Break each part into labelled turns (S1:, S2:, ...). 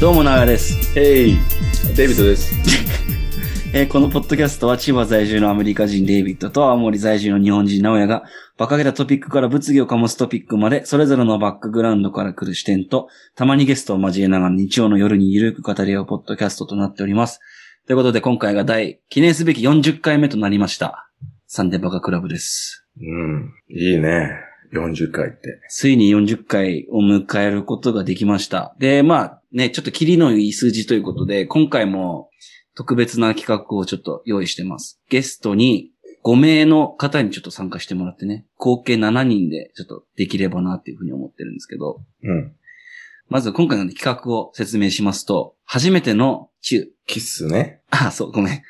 S1: どうも、長です。
S2: ヘイ、デイビッドです。
S1: えーこのポッドキャストは千葉在住のアメリカ人デイビッドと青森在住の日本人直哉が、馬鹿げたトピックから物議を醸すトピックまで、それぞれのバックグラウンドから来る視点と、たまにゲストを交えながら日曜の夜にゆるく語り合うポッドキャストとなっております。ということで、今回が第、記念すべき40回目となりました。サンデーバカクラブです。
S2: うん、いいね。40回って。
S1: ついに40回を迎えることができました。で、まあね、ちょっとキリのいい数字ということで、今回も特別な企画をちょっと用意してます。ゲストに5名の方にちょっと参加してもらってね、合計7人でちょっとできればなっていうふうに思ってるんですけど、
S2: うん。
S1: まず今回の企画を説明しますと、初めての中、
S2: キスね。
S1: あ、そう、ごめん。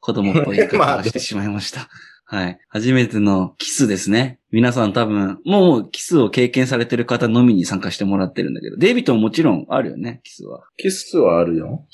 S1: 子供っぽい 言い方をしてしまいました。はい。初めてのキスですね。皆さん多分、もうキスを経験されてる方のみに参加してもらってるんだけど、デイビットももちろんあるよね、キスは。
S2: キスはあるよ。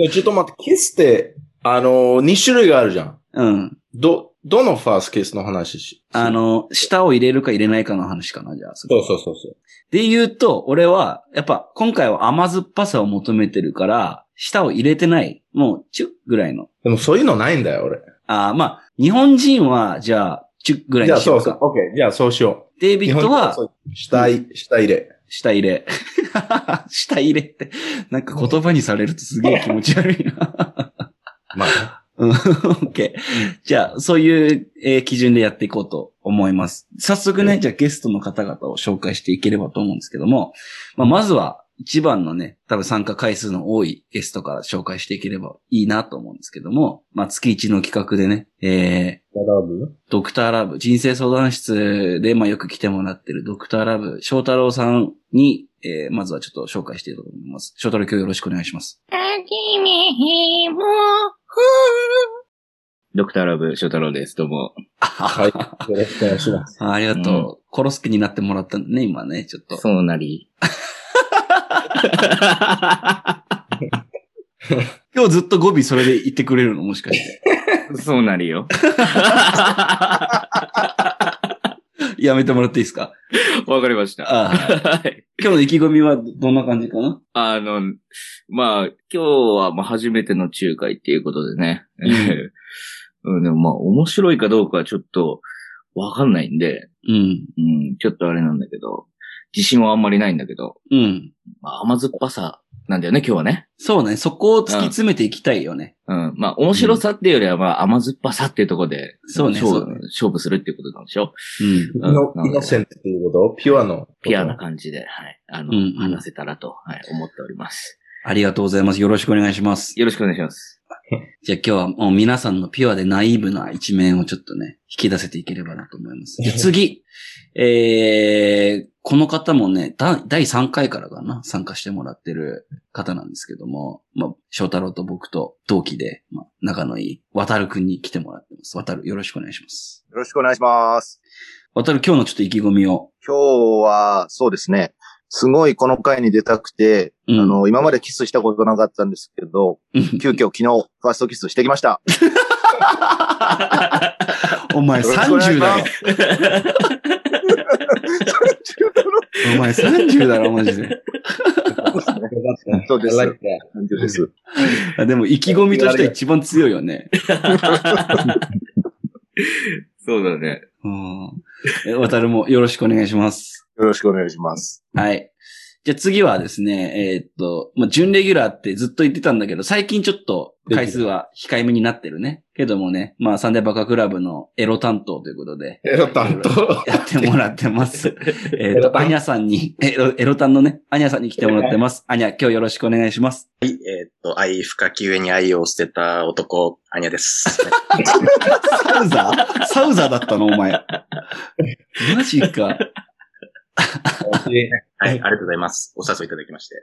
S2: えちょっと待って、キスって、あのー、2種類があるじゃん。
S1: うん。
S2: ど、どのファーストキスの話し
S1: あ、の、舌を入れるか入れないかの話かな、じゃあ。そ
S2: そ
S1: こ
S2: うそうそうそう。
S1: で言うと、俺は、やっぱ今回は甘酸っぱさを求めてるから、舌を入れてない、もうチュッぐらいの。
S2: でもそういうのないんだよ、俺。
S1: ああ、まあ、日本人は、じゃあ、チュッぐらい
S2: じゃ
S1: に
S2: あ
S1: しよ
S2: そう
S1: う
S2: そう
S1: か。。
S2: オッケー。じゃあそうしよう。
S1: デイビットは、
S2: 下い、下入れ。
S1: 下入れ。 下入れって、なんか言葉にされるとすげえ気持ち悪いな。
S2: まあ、
S1: うん、オッケー。じゃあ、そういう、えー基準でやっていこうと思います。早速ね、じゃあゲストの方々を紹介していければと思うんですけども、まあ、まずは一番のね、多分参加回数の多いゲストから紹介していければいいなと思うんですけども、まあ、月一の企画でね、えー、
S2: ラブ
S1: ドクターラブ、人生相談室で、まあ、よく来てもらってるドクターラブ、翔太郎さんに、えーまずはちょっと紹介していこうと思います。翔太郎今日よろしくお願いします。
S3: ドクターラブ、翔太郎です。どうも。
S2: はい。よろしくお願いします。
S1: あありがとう。コロスケになってもらったんだね、今ね、ちょっと。
S3: そうなり。
S1: 今日ずっと語尾それで言ってくれるのもしか して。
S3: そうなりよ。
S1: やめてもらっていいです か
S3: わかりました。
S1: ああ
S3: はい
S1: 今日の意気込みはどんな感じかな
S3: あの、まあ、今日はまあ初めての仲介っていうことでね。 うん、でもまあ、面白いかどうかはちょっとわかんないんで、
S1: うん。
S3: うん、ちょっとあれなんだけど、自信はあんまりないんだけど、
S1: うん。
S3: まあ、甘酸っぱさなんだよね、今日はね。
S1: そうね、そこを突き詰めていきたいよね。
S3: うん、まあ、面白さっていうよりは、まあ、甘酸っぱさっていうところで、
S1: そうね
S3: 勝
S1: そうね
S3: 勝負するっていうことなんでしょ
S1: うん。
S3: うん
S2: のイノセントっていうことピュアの。
S3: ピュアな。感じで、はい。あの、
S1: うんうん
S3: 話せたらと、はい、思っております。
S1: ありがとうございます。よろしくお願いします。
S3: よろしくお願いします。
S1: じゃあ今日はもう皆さんのピュアでナイーブな一面をちょっとね、引き出せていければなと思います。じゃあ次、えー、この方もね、だ第3回からかな、参加してもらってる方なんですけども、まあ、翔太郎と僕と同期で、まあ、仲のいい、渡るくんに来てもらってます。渡る、よろしくお願いします。
S4: よろしくお願いします。
S1: 渡る、今日のちょっと意気込みを。
S4: 今日は、そうですね。すごいこの回に出たくて、
S1: うん、
S4: あ、の、今までキスしたことなかったんですけど、急遽昨日、ファーストキスしてきました。
S1: お前
S4: よろしくお願
S1: 30
S4: いし
S1: だ
S4: ま
S1: ろ
S4: す。
S1: お前30だろ、マジで。
S4: そうです
S2: I like that.
S4: 感じです。
S1: あでも意気込みとしては一番強いよね。
S3: そうだね。
S1: うん。え渡るもよろしくお願いします。
S4: よろしくお願いします。
S1: はい。じゃあ次はですね、えーっと、まあ、準レギュラーってずっと言ってたんだけど、最近ちょっと回数は控えめになってるね。けどもね、まあ、サンデーバカクラブのエロ担当ということで、
S2: エロ担 当。
S1: やってもらって ます。えーっ
S2: エロ
S1: と、
S2: 担
S1: アニャさんに、エロ、エロ担のね、アニャさんに来てもらってます。アニャ、今日よろしくお願いします。
S5: えーっと、愛深き上に愛を捨てた男、アニャです。
S1: サウザーサウザーだったの、お前。マジか。
S5: はい、ありがとうございます。お誘いいただきまして。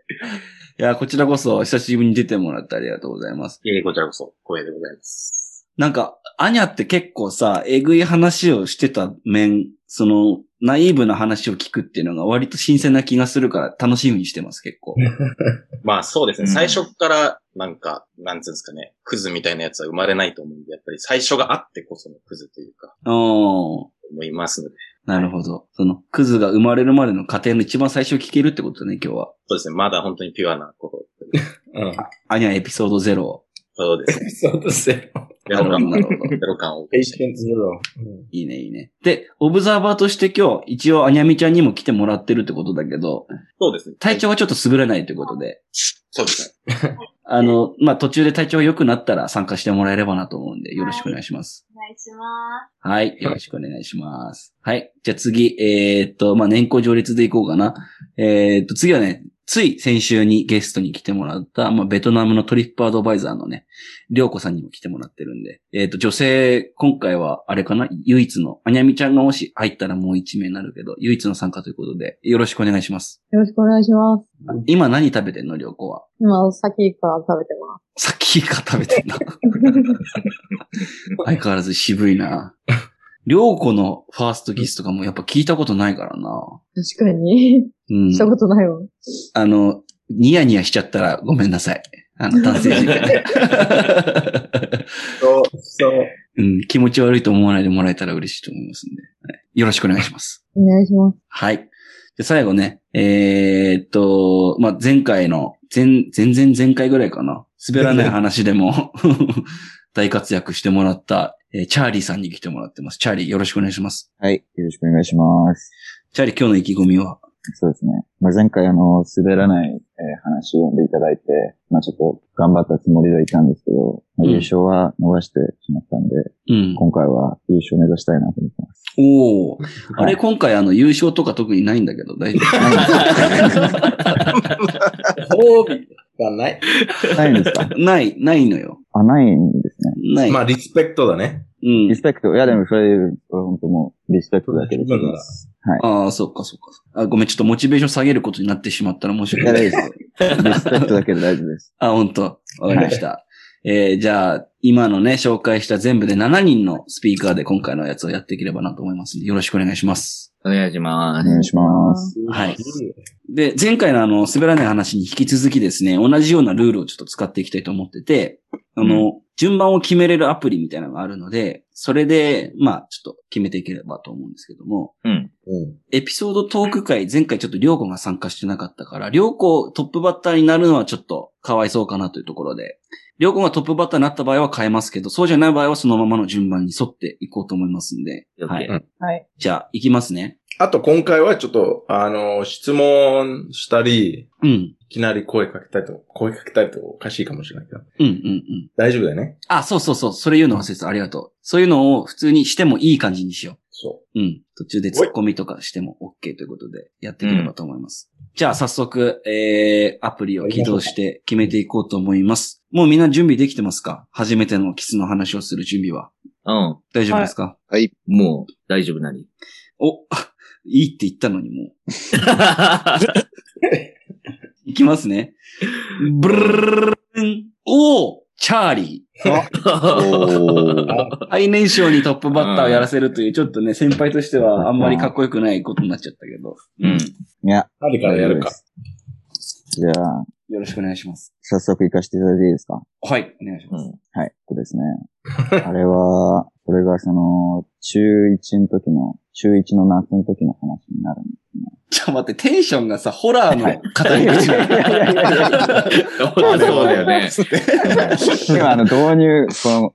S1: いや、こちらこそ、久しぶりに出てもらってありがとうございます。
S5: いえいえこちらこそ、光栄でございます。
S1: なんか、アニャって結構さ、えぐい話をしてた面、その、ナイーブな話を聞くっていうのが割と新鮮な気がするから楽しみにしてます、結構。
S5: まあそうですね、
S3: うん
S5: 最初から、なんか、なんつうんですかね、クズみたいなやつは生まれないと思うんで、やっぱり最初があってこそのクズというか、
S1: うん。
S5: 思いますので、
S1: なるほど。その、クズが生まれるまでの過程の一番最初聞けるってことね、今日は。
S5: そうですね。まだ本当にピュアなこと。
S2: うん。
S1: アニャエピソード0。
S5: そう です。
S2: そうですよ。
S5: ゼロ
S1: な
S5: 感
S1: るほどなるほど
S5: ゼロ感を。
S2: ペイシ ェンツゼロ。
S1: いいね、いいね。で、オブザーバーとして今日、一応、アニャミちゃんにも来てもらってるってことだけど、
S5: そうですね。
S1: 体調がちょっと優れないってことで、
S5: そうですね。
S1: あの、まあ、途中で体調が良くなったら参加してもらえればなと思うんで、よろしくお願いします。
S6: お願いしま
S1: はい。よろしくお願いします。はい。じゃあ次、えーっと、まあ、年功序列でいこうかな。えーっと、次はね、つい先週にゲストに来てもらった、まあ、ベトナムのトリップアドバイザーのね、りょうこさんにも来てもらってるんで、えーっと、女性、今回は、あれかな唯一の、あにゃみちゃんがもし入ったらもう一名になるけど、唯一の参加ということで、よろしくお願いします。
S6: す。よろしくお願いします。
S1: 今何食べてんのりょうこは。
S6: 今、さっきから食べてま
S1: さっきから食べてん な。相変わらず渋いな。りょうこのファーストキスとかもやっぱ聞いたことないからな。
S6: す。確かに。
S1: うん
S6: し。たことないわ。
S1: あの、ニヤニヤしちゃったらごめんなさい。あの、男性陣が ね
S2: そう、そう。
S1: うん。気持ち悪いと思わないでもらえたら嬉しいと思いますんで。はいよろしくお願いします。
S6: お願いします。
S1: はい。で、最後ね、えーっと、まあ、前回の、前、前々前回ぐらいかな。滑らない話でも、 大活躍してもらった、えーチャーリーさんに来てもらってます。チャーリーよろしくお願いします。
S7: はい。よろしくお願いします。
S1: チャーリー今日の意気込みは
S7: そうですね。まあ、前回あの、滑らない、えー話を読んでいただいて、まあ、ちょっと頑張ったつもりではいたんですけど、まあ
S1: うん
S7: 優勝は逃してしまったんで、
S1: うん。
S7: 今回は優勝目指したいなと思ってます。
S1: おお、あ
S7: はい
S1: れ今回あの優勝とか特にないんだけど、大丈
S2: 褒美がない。
S7: ないんですか
S1: 夫ない、ないのよ。
S7: あ、ないんですね。
S1: ない。
S2: まあ、リスペクトだね。
S1: うん
S7: リ。スペクト。いや、でもそれ、これ本当もう、リスペクトだけです。
S2: 今なら
S1: ああ、そっかそっか。あ、ごめん、ちょっとモチベーション下げることになってしまったら申し訳ないです。
S7: リスペクトだけで大丈 夫です。
S1: あ、本当わかりました。えーじゃあ、今のね、紹介した全部で7人のスピーカーで今回のやつをやっていければなと思いますんで、よろしくお願いします。
S3: お願いしま
S7: お
S3: す。
S7: 願いします。
S1: はいで、前回のあの、滑らない話に引き続きですね、同じようなルールをちょっと使っていきたいと思ってて、あの、順番を決めれるアプリみたいなのがあるので、それで、まあ、ちょっと決めていければと思うんですけども、
S3: うん。
S2: うん。
S1: エピソードトーク会、前回ちょっとりょうこが参加してなかったから、りょうこトップバッターになるのはちょっとかわいそうかなというところで、りょうこがトップバッターになった場合は変えますけど、そうじゃない場合はそのままの順番に沿っていこうと思いますんで。
S3: OK
S1: はい。
S6: はい。
S1: じゃあ、いきますね。
S2: あと、今回はちょっと、あの、質問したり、
S1: うん。
S2: いきなり声かけたいと、声かけたいとおかしいかもしれないけど。
S1: うん、うん、うん。
S2: 大丈夫だよね。
S1: あ、そうそうそう。それ言うの忘れてた。ありがとう。そういうのを普通にしてもいい感じにしよ。
S2: そう
S1: うん。途中で突っ込みとかしても OK ということで、やっていければと思います。じゃあ、早速、えー、アプリを起動して決めていこうと思います。もうみんな準備できてますか初めてのキスの話をする準備は。
S3: うん。
S1: 大丈夫ですか、
S3: もう、大丈夫な り。
S1: お、いいって言ったのにもう。いきますね。ブルルルン。おーチャーリー。 最年少にトップバッターをやらせるという、ちょっとね、先輩としてはあんまりかっこよくないことになっちゃったけど。
S3: うん。
S7: いや、。
S2: 誰からやるか。
S7: じゃあ、
S1: よろしくお願いします。
S7: 早速行かせていただいていいですか
S1: はい、お願いし
S3: う
S1: ます。
S3: ん
S7: はい、ここで すね。あれは、これがその、中1の時の、中1の夏の時の話になるんで
S1: ちょ、待って、テンションがさ、ホラーの語 り口なの
S3: そうだよね。
S7: す けど。今、あの、導入、この、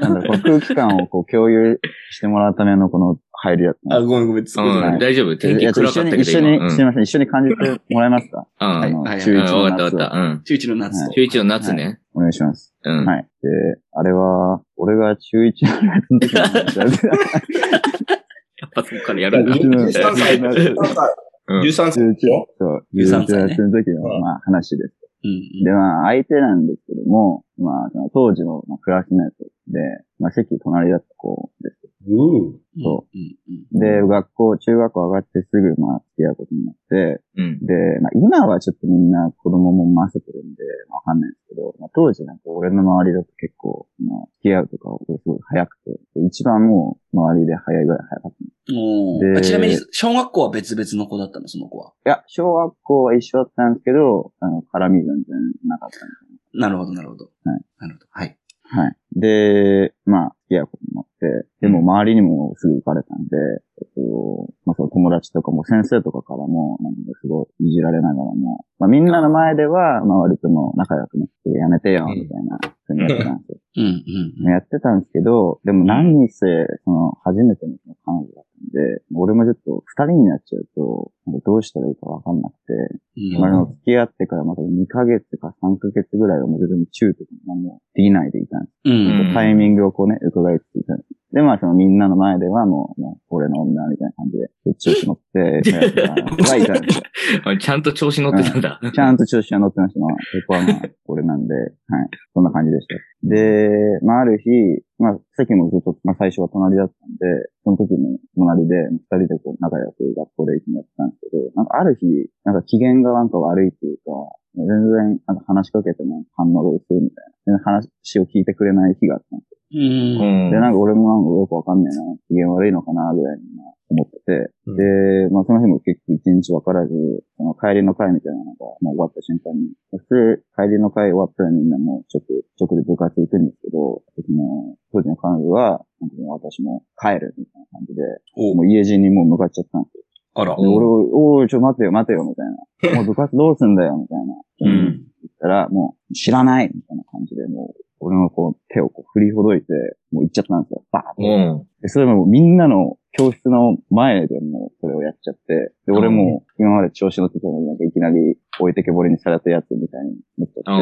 S7: なんだろう、この空気感をこう共有してもらうためのこの入りだった
S1: あ、
S7: んで
S1: ごめんごめん、作
S3: うん、大丈夫。
S7: す。
S3: 天
S7: いや
S3: 気暗
S7: 一
S3: か
S7: 緒
S3: ったけど
S7: に、一緒に、
S3: 今。うん。う
S7: すいません、一緒に感じてもらえますかあ
S3: ん。
S7: の
S1: はいはい
S7: 中
S3: うん
S7: 1
S3: わ
S7: の
S3: かったわかっ
S7: 夏を
S3: た。うん。
S1: 中一の夏と。
S3: 中一の夏ね。
S7: お願いします。
S3: うん。
S7: はい。で、あれは、俺が中1の夏の時の話 だった。
S3: やっぱそこからやるん だ。
S2: 13歳。13
S3: うん
S2: 歳。
S7: 中1
S2: よ、
S7: そう、
S1: 13
S7: 13
S1: 歳ね
S7: 歳の時の、まあ、話です。
S1: うん
S7: で、まあ、相手なんですけども、まあ、その当時のまあクラスメートで、まあ、席隣だった子です。
S1: うん。
S2: う
S7: そ
S1: うん。うん
S7: で、学校、中学校上がってすぐ、まあ、付き合うことになって、
S3: うん。
S7: で、まあ、今はちょっとみんな子供もませてるんで、まあ、わかんないんですけど、まあ、当時なんか俺の周りだと結構、まあ、付き合うとか、すごい早くて、一番もう、周りで早いぐらい早かった。い
S1: おー
S7: で
S1: あちなみに、小学校は別々の子だったの、その子は。
S7: や、小学校は一緒だったんですけど、あの、絡み全然なかったんですよね
S1: なるほど、なるほど。
S7: はい
S1: なるほど。はい。
S7: はい。で、まあ、付き合うことになって、でも周りにもすぐ行かれたんで、えっと、まあその友達とかも先生とかからも、なんかすごいいじられながらも、まあみんなの前では、まあ割ともう仲良くね、やめてよ、みたいな、ふうにやってたんですよ。
S1: うん、
S7: やってたんですけど、でも何にせ、その、初めての彼女だったんで、俺もちょっと二人になっちゃうと、なんかどうしたらいいかわかんなくて、
S1: うん。
S7: まあ、でも付き合ってからまた2ヶ月か3ヶ月ぐらいはもう全然中とか何もできないでいたんです
S1: う
S7: け
S1: ん。
S7: ど、
S3: うん
S7: タイミングをこうね、伺いつついたんです。で、まあそのみんなの前ではもう、もう俺の女みたいな感じで、そっちをし乗って、やってたはいたんですよ
S3: あちゃんと調子乗ってたんだ。
S7: ちゃんと調子は乗ってました。まあ、そこはまあ、これなんで、はい。そんな感じでした。で、まあ、ある日、まあ、席もずっと、まあ、最初は隣だったんで、その時も隣で、二人でこう、仲良く学校で一緒にやってたんですけど、なんかある日、なんか機嫌がなんか悪いっていうか、全然、なんか話しかけても反応が薄いみたいな。全然話を聞いてくれない日があったんです
S1: うん
S3: う。ん
S7: よで、なんか俺もなんかよくわかんねえな、機嫌悪いのかな、ぐらいにまあ思ってて、
S2: うん
S7: で、まあその日も結局一日分からず、その帰りの会みたいなのが、まあ、終わった瞬間に、普通帰りの会終わったらみんなもう直、直で部活行くんですけど、その、当時の彼女は、なんかもう私も帰るみたいな感じで、
S1: お
S7: もう家路にもう向かっちゃったんですよ。
S1: あら。
S7: で俺を、おい、ちょ、待てよ、待てよ、みたいな。もう部活どうすんだよ、みたいな。
S1: うん。
S7: 言ったら、もう、知らないみたいな感じで、もう、俺のこう、手をこう振りほどいて、もう行っちゃったんですよ。バーッ
S3: う
S7: と
S3: ん。
S7: で、それもみんなの教室の前でもうそれをやっちゃって、で、俺も今まで調子乗ってたのになんかいきなり置いてけぼりにされたやつみたいになっち
S3: う
S7: ゃっ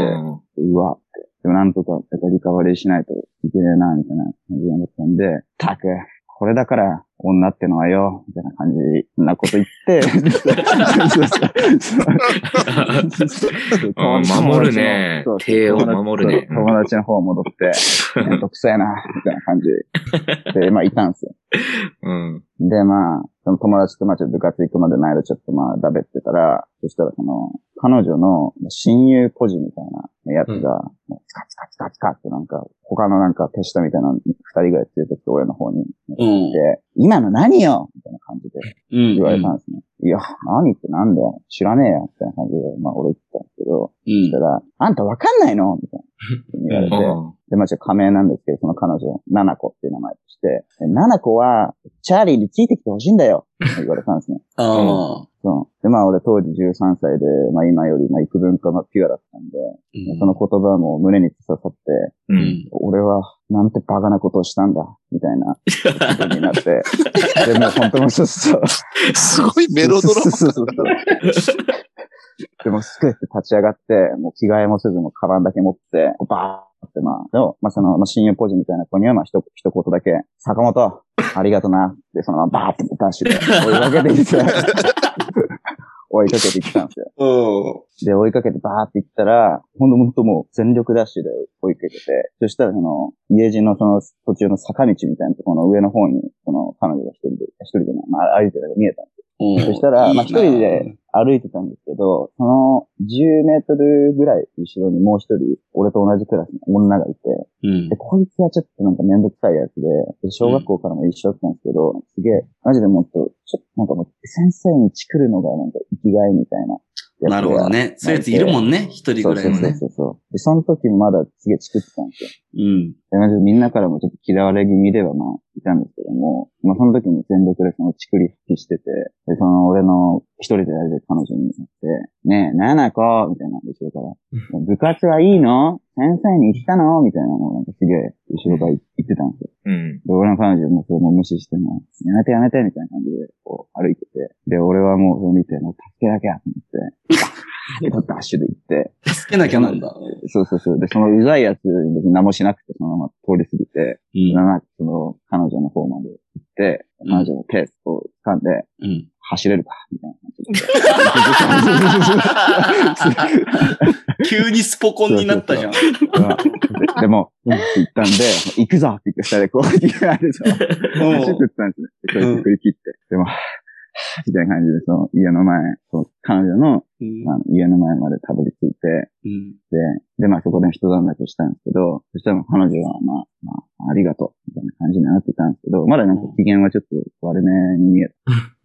S7: て、
S3: ん。
S7: でうわって。でもなんとか、やっぱリカバリーしないといけねえな、みたいな感じになったんで、たく、これだから女ってのはよ、みたいな感じなこと言って、
S3: うん守るね
S7: そう
S3: 手を守るね
S7: そう友達の方戻って、 めんどくせえな、みたいな感じで、まあいたんですよ。
S3: うん。
S7: で、まあ、その友達とまあちょっと部活行くまでの間ちょっとまあだべってたら、そしたらその、彼女の親友孤児みたいなやつが、もうスカスカスカスカってなんか、他のなんか手下みたいなの二人ぐらい連れてきて俺の方に来て、
S1: うん。
S7: 今の何よみたいな感じで
S1: うん。
S7: 言われたんですね。いや、何ってなんだよ知らねえよみたいな感じで、まあ俺言ってたんですけど、
S1: う
S7: そした
S1: ん。
S7: ら、あんたわかんないのみたいな。 言われて、で、まあ、ちょっと仮名なんですけど、その彼女、ナナコっていう名前として、でナナコは、チャーリーについてきてほしいんだよって言われたんですね。
S1: ああ。
S7: そう。で、まあ、俺当時13歳で、まあ、今より、まあ、幾分かのピュアだったんで、その言葉も胸に突き刺さって、
S3: う。
S1: うんん。
S7: 俺は、なんてバカなことをしたんだ、みたいな、ことになって。で、もう本当もうそうそう。
S4: すごいメロドラマ。
S7: そうそうそう でも、すくって立ち上がって、もう着替えもせず、もうカバンだけ持って、こうバーってまあ、でも、まあその、まあ、親友ポジみたいな子には、まあ一、一言だけ、坂本、ありがとな、で、そのままバーってダッシュで追いかけていって、 追いかけていったんですよ。
S1: お
S7: で、追いかけてバーって行ったら、ほんとほんともう全力ダッシュで追いかけてて、そしたらその、家路のその途中の坂道みたいなところの上の方に、その彼女が一人で、一人でも、まあ歩いてたのが見えたんですよ
S1: うん。
S7: そしたら、まあ一人
S1: いいな
S7: で歩いてたんですけど、その10メートルぐらい後ろにもう一人、俺と同じクラスの女がいて、
S1: うん
S7: で、。こいつはちょっとなんかめんどくさいやつで、で小学校からも一緒だったんですけど、すげえ、マジでもっと、ちょっとなんかもう先生にチクるのがなんか生きがいみたいなやつが。
S1: なるほどね。そういうやついるもんね。一人
S7: そ
S1: ぐ
S7: う
S1: らい
S7: そう
S1: は
S7: そう
S1: ね。
S7: そうそう。で、その時もまだすげえチクってたんですよ。
S1: うん。
S7: でまずみんなからもちょっと嫌われ気味ではまあ、いたんですけども、まあその時も全力でそのチクリ吹きしてて、で、その俺の一人でやる彼女になって、ねえ、ななこみたいな、後ろから。部活はいいの先生に行ったのみたいなのをなんかすげえ、後ろから言ってたんですよ。
S3: うん。
S7: で、俺の彼女もそれも無視しても、やめてやめてみたいな感じで、こう歩いてて。で、俺はもうそれ見て、もう助けなきゃと思って、バーってダッシュで行って、
S1: 助けなきゃなんだ。
S7: そうそうそう。で、そのうざいやつに別に何もしなくて、そのまま通り過ぎて、
S1: うん
S7: ななその彼女の方まで行って、
S1: うん
S7: 彼女のペースを掴んで、
S1: うん。
S7: 走れるか、みた いな。
S1: 急にスポコンになったじゃん。
S7: ででも、うんって言ったんで、行くぞって言って、下でこう、行くぞ走ってったんですね。でこうやって振り切って。でも、はぁみたいな感じで、その家の前、その彼女の
S1: うん
S7: あの家の前までたどり着いて、
S1: うん。
S7: で、で、まあそこで一段落したんですけど、そしたら彼女は、まあ、まあ、ありがとう、みたいな感じになってたんですけど、まだなんか機嫌はちょっと悪めに見えた。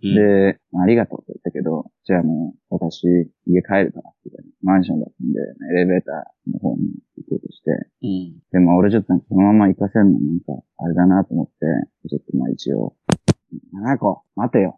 S7: で、まあありがとうって言ったけど、じゃあもう、私、家帰るから、みたいな。マンションだったんで、エレベーターの方に行こうとして、
S1: う
S7: て、
S1: ん。
S7: で、まあ俺ちょっとなんかこのまま行かせんのなんか、あれだなと思って、ちょっとまあ一応、7個、待てよ。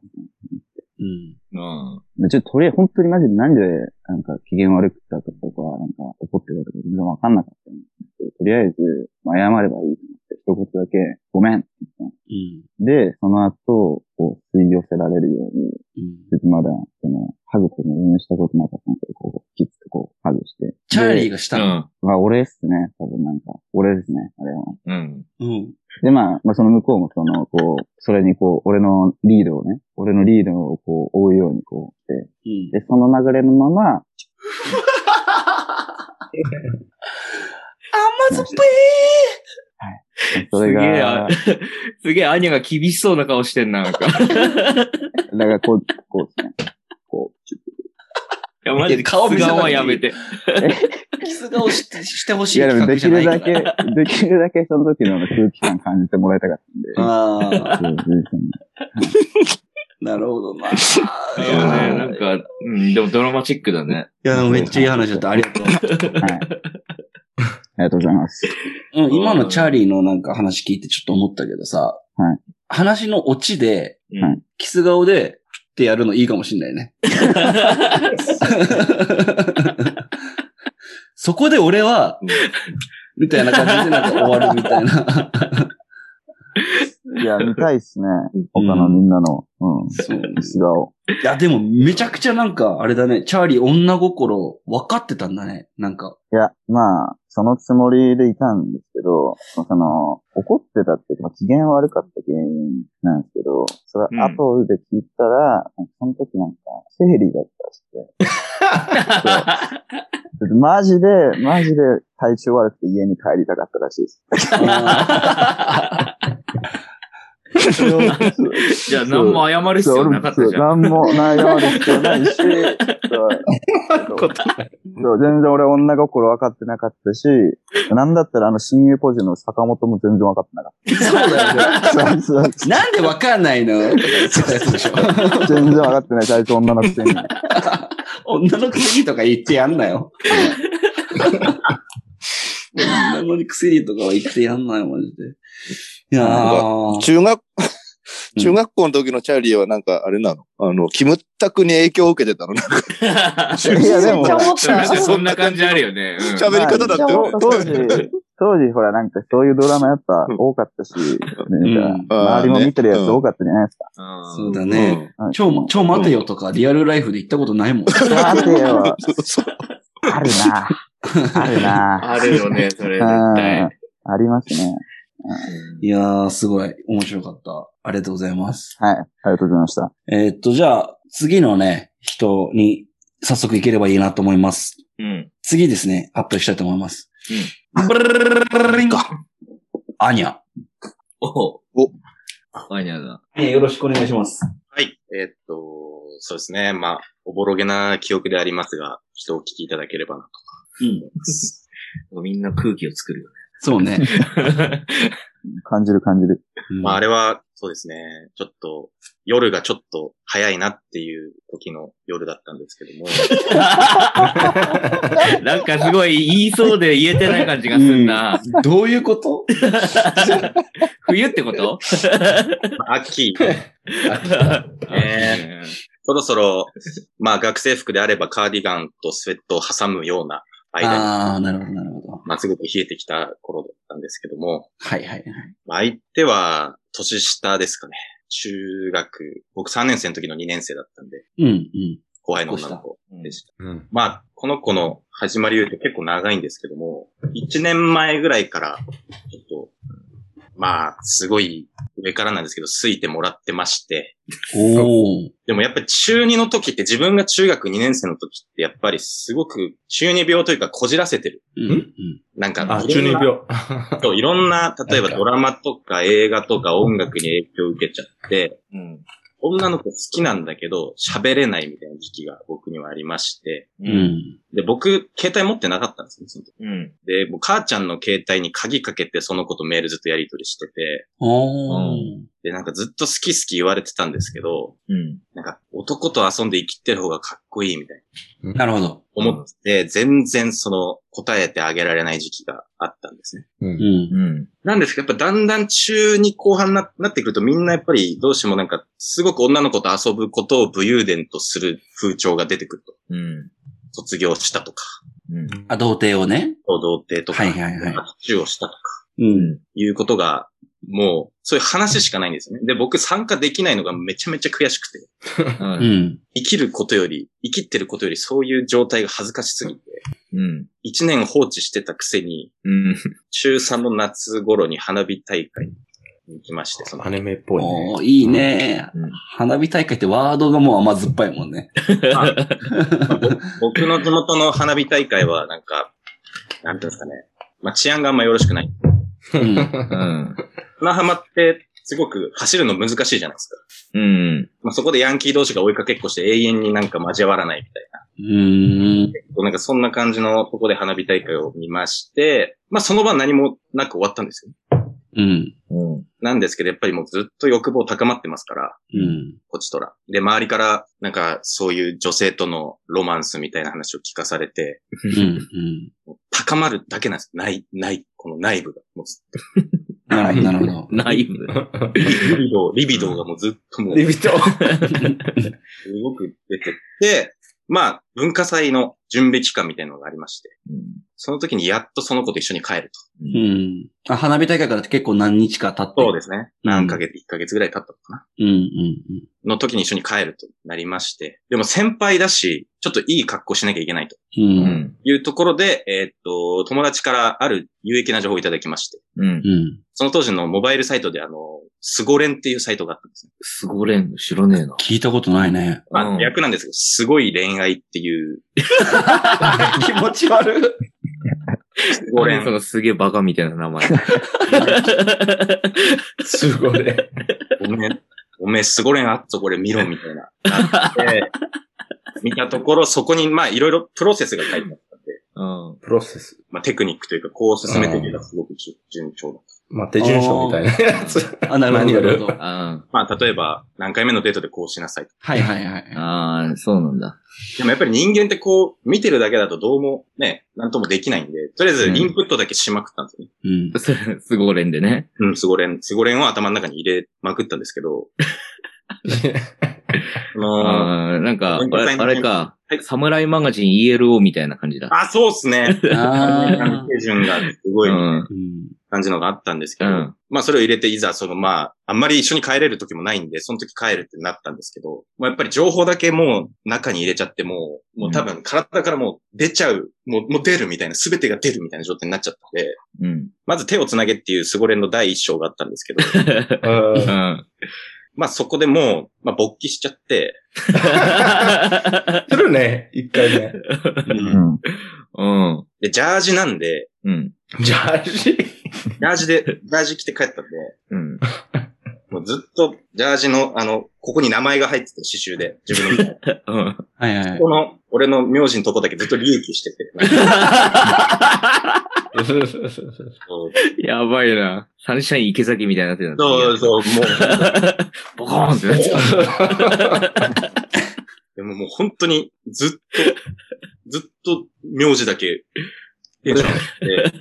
S1: うん。
S3: うん。
S7: まあちょっととりあえず本当にマジでなんで、なんか機嫌悪くったとか、なんか怒ってたとか全然わかんなかったんですけど、とりあえず、まあ謝ればいいと思って、一言だけ、ごめんって言ったの
S1: うん。
S7: で、その後、こう、吸い寄せられるように、
S1: うん。
S7: ちょっとまだ、その、ハグとか全然したことなかったんですけど、こう、キッズとこう、ハグして。
S1: チャーリーがしたの。
S7: まあ、俺っすね。多分なんか、俺ですね。あれは。
S3: うん。
S1: うん。
S7: で、まあ、まあ、その向こうも、その、こう、それにこう、俺のリードをね、俺のリードをこう、追うようにこう、して、
S1: うん。
S7: で、その流れの まま、
S1: 甘酸っぱい
S7: それ
S3: すげえ
S7: が
S3: あ、 すげえ、アニャが厳しそうな顔してんな、なんか。い
S7: だからこう、こうですね。こう、ちょ
S3: や、マジで、
S1: 顔見せな
S3: 素
S1: くていい
S3: 顔はやめて。
S1: キス顔して、してほし
S7: い
S1: い
S7: や、でも
S1: 企画
S7: で
S1: じ
S7: き
S1: ゃな
S7: る
S1: いから。
S7: だけ、できるだけその時の空気感感じてもらいたかっ
S1: ああ、
S7: たんで。そうそう
S1: なるほどな。
S3: い
S1: い
S3: やね、なんか、うん、でもドラマチックだね。
S1: いや、でもめっちゃいい話だった。ありがとう。
S7: そう はい。ありがとうございます。
S1: うん、今のチャーリーのなんか話聞いてちょっと思ったけどさ、
S7: はい
S1: 話のオチで、
S3: う
S7: は
S3: ん
S7: い。
S1: キス顔で、ってやるのいいかもしんないね。そこで俺は、みたいな感じでなんか終わるみたいな。
S7: いや、見たいっすね。
S1: う
S7: 他
S1: ん
S7: のみんなの、うん。
S1: そう
S7: 素顔。
S1: いや、でもめちゃくちゃなんか、あれだね、チャーリー女心分かってたんだね。なんか。
S7: いや、まあ、そのつもりでいたんですけど、その、怒ってたっていうか、まあ機嫌悪かった原因なんですけど、それ
S3: うん
S7: 後で聞いたら、その時なんか、生理だったらしくてちょっとマジで、マジで体調悪くて家に帰りたかったらしいです。
S1: それを
S3: じゃあ、何も謝る必要なかったじゃん。
S7: 何も悩まれ必要ないし、そうそう、全然俺女心分かってなかったし、なんだったらあの親友ポジの坂本も全然分かってなかった。そうだよね。そうそ
S1: なんで分かんないのとか言ってたやつでしょ。
S7: う。全然分かってない。最初女のくせに。
S1: 女のくせにとか言ってやんな よ。女のくせにとかは言ってやんなよ、マジで。いやー。
S4: 中学、中学校の時のチャーリーはなんかあれなのあの、キムタクに影響を受けてたのなんか
S7: いや、で
S6: め
S7: も、
S6: っちゃ思っ
S3: そうなんかそんな感じあるよね。うん
S4: 喋り方だったよね。
S7: 当時、当時ほらなんかそういうドラマやっぱ多かったし、なんか周りも見てるやつ多かったじゃないですか。
S1: そうだね。
S7: うん
S1: 超、超待てよとか、リアルライフで言ったことないもん。
S7: 待てよ。
S4: そう
S7: あるな。あるな。
S3: あるよね、それ、
S7: う
S3: 絶
S7: ん
S3: 対。
S7: ありますね。
S1: いやー、すごい。面白かった。ありがとうございます。
S7: はい。ありがとうございました。
S1: えーっと、じゃあ、次のね、人に早速行ければいいなと思います。
S3: うん。
S1: 次ですね、アップしたいと思います。ブルルルルルルルリンアニャ。
S3: お
S4: お
S3: アニャだ。
S1: よろしくお願いします。
S5: はい。えーっと、そうですね。まあ、おぼろげな記憶でありますが、ちょっとお聞きいただければなと。
S1: うん。
S3: みんな空気を作るよ
S1: そう ね。
S3: ね。
S7: 感じる感じる。
S5: まあ、あれは、そうですね。ちょっと、夜がちょっと早いなっていう時の夜だったんですけども。
S3: なんかすごい言いそうで言えてない感じがすんな。
S1: どういうこと
S3: 冬って こと
S5: 秋、
S3: ね
S5: そろそろ、まあ学生服であればカーディガンとスウェットを挟むような間に、
S1: ああ、なるほど、なるほど。
S5: まあすごく冷えてきた頃だったんですけども、
S1: はいはいはい。
S5: まあ相手は年下ですかね。中学、僕3年生の時の2年生だったんで、
S1: うん、うん。
S5: 後輩の女の子でした。
S2: うん。
S5: まあ、この子の始まり言うと結構長いんですけども、1年前ぐらいから、ちょっと、まあ、すごい上からなんですけど、すいてもらってまして、
S1: おー。
S5: でもやっぱり中2の時って自分が中学2年生の時ってやっぱりすごく中二病というかこじらせてる。
S1: うん、うん。
S5: なんか、
S2: あ、
S5: い
S2: 中
S5: ろん
S2: 二
S5: な
S2: 病。
S5: そういろんな、例えば
S1: なんか
S5: ドラマとか映画とか音楽に影響を受けちゃって、
S3: うん。
S5: 女の子好きなんだけど喋れないみたいな時期が僕にはありまして、
S3: う。
S1: うんん。
S5: で、僕、携帯持ってなかったんですね、その時。
S3: うん。
S5: で、もう母ちゃんの携帯に鍵かけてその子とメールずっとやり取りしてて、
S1: おー。
S5: で、なんかずっと好き好き言われてたんですけど、
S3: うん。
S5: なんか男と遊んで生きてる方がかっこいいみたいな
S1: なるほど。
S5: 思って、全然その答えてあげられない時期があったんですね。
S1: うん。
S3: うん。
S5: なんですけど、やっぱだんだん中に後半ななってくるとみんなやっぱりどうしてもなんかすごく女の子と遊ぶことを武勇伝とする風潮が出てくると。
S3: うん。
S5: 卒業したとか、
S3: うん。
S1: あ、童貞をね。
S5: 童貞とか、
S1: はいはいはい
S5: 発注をしたとか、
S1: うん。
S5: いうことが、もう、そういう話しかないんですよね。で、僕参加できないのがめちゃめちゃ悔しくて、
S1: う
S3: うん。
S1: ん。
S5: 生きることより、生きてることよりそういう状態が恥ずかしすぎて、
S3: うん。
S5: 一年放置してたくせに、
S3: うん。
S5: 中3の夏頃に花火大会に行きまして、その
S2: アニメっぽいね。
S1: おーいいね
S3: うん。
S1: 花火大会ってワードがもう甘酸っぱいもんね。
S5: 僕の地元の花火大会は、なんか、なんていうんですかね。まあ、治安があんまよろしくない。
S1: うん。
S3: うん。
S5: 砂浜って、すごく走るの難しいじゃないですか。
S3: うん。
S5: まあ、そこでヤンキー同士が追いかけっこして永遠になんか交わらないみたいな。
S1: うん。
S5: こうなんかそんな感じのとこで花火大会を見まして、まあ、その場何もなく終わったんですよ。
S1: うん。
S3: うん。
S5: なんですけど、やっぱりもうずっと欲望高まってますから、
S1: うん。
S5: こちとら。で、周りから、なんか、そういう女性とのロマンスみたいな話を聞かされて、
S1: うん。
S5: 高まるだけなんです。ない、ない、この内部が。もうず
S1: なるほど、なるほど。
S3: 内部。
S5: リビドー、リビドーがもうずっともう、
S2: リ
S5: す
S2: ビット。
S5: ごく出てて、まあ、文化祭の準備期間みたいなのがありまして、その時にやっとその子と一緒に帰ると。
S1: うん。あ、花火大会から結構何日か経って。
S5: そうですね。
S1: うん
S5: 何ヶ月、1ヶ月ぐらい経ったのかな。
S1: うん、うん、
S5: の時に一緒に帰るとなりまして、でも先輩だし、ちょっといい格好しなきゃいけないと
S1: うん。
S3: う
S1: うん。
S3: ん。
S5: いうところで、えーっと、友達からある有益な情報をいただきまして、
S3: うん。
S1: うん。
S5: その当時のモバイルサイトであの、スゴレンっていうサイトがあったんですね。
S3: すごれん、知らねえな。
S1: 聞いたことないね。
S5: まあ、
S3: うん
S5: 略なんですけど、すごい恋愛っていう、
S1: 気持ち悪い。
S5: スゴレン
S3: 何そのすげえバカみたいな 名前。
S2: すごいね。
S5: おめえ、おめえすごれんあっとこれ見ろみたいな。なって、見たところ、そこに、まあ、いろいろプロセスが書いてあったんで、
S3: うん。
S2: プロセス。
S5: まあ、テクニックというか、こう進めていけばすごく順順調だ。
S2: まあ、手順書みたいなやつ。
S1: あ、なるほど。
S2: 何やる
S1: なるほど
S3: あ
S5: まあ、例えば、何回目のデートでこうしなさいと。
S1: はいはいはい。
S3: あー、そうなんだ。
S5: でもやっぱり人間ってこう、見てるだけだとどうもね、なんともできないんで、とりあえずインプットだけしまくったんですよね。
S1: うん。
S3: すすごれんでね。
S5: うん、すごれん、すごれんを頭の中に入れまくったんですけど、あのー
S3: ああ、なんか、あ
S5: 文化
S3: れ
S5: 祭の
S3: あれか
S5: はい、
S3: サムライマガジン ELO みたいな感じだ。
S5: あ、そうっすね。
S1: あ
S5: 手順がすご
S3: う
S5: い、
S3: ん。
S1: うん。
S5: 感じのがあったんですけど、
S3: うん
S5: まあそれを入れていざそのまあ、あんまり一緒に帰れる時もないんで、その時帰るってなったんですけど、まあやっぱり情報だけもう中に入れちゃってもう、もう多分体からもう出ちゃう、もうもう出るみたいな、全てが出るみたいな状態になっちゃったんで、
S3: うん。
S5: まず手をつなげっていうスゴレンの第一章があったんですけど、
S3: う
S2: うん
S3: ん。
S5: まあそこでもう、まあ勃起しちゃって、
S2: するね、一回ね。
S7: うん。
S3: うん。
S5: で、ジャージなんで、
S3: うん。
S2: ジャージ
S5: ジャージで、ジャージ着て帰ったんで、
S3: うん。
S5: もうずっとジャージのあの、ここに名前が入ってて刺繍で、自分の。
S3: うん。
S1: はいはいはい
S5: こ。の、俺の名字のとこだけずっと隆起して て。 そう
S3: やばいな。サンシャイン池崎みたいになってた。
S5: そうそう、もう、
S3: ボコーンってなっちゃった。
S5: でももう本当にずっと、ずっと名字だけ、テンショ ン上がって。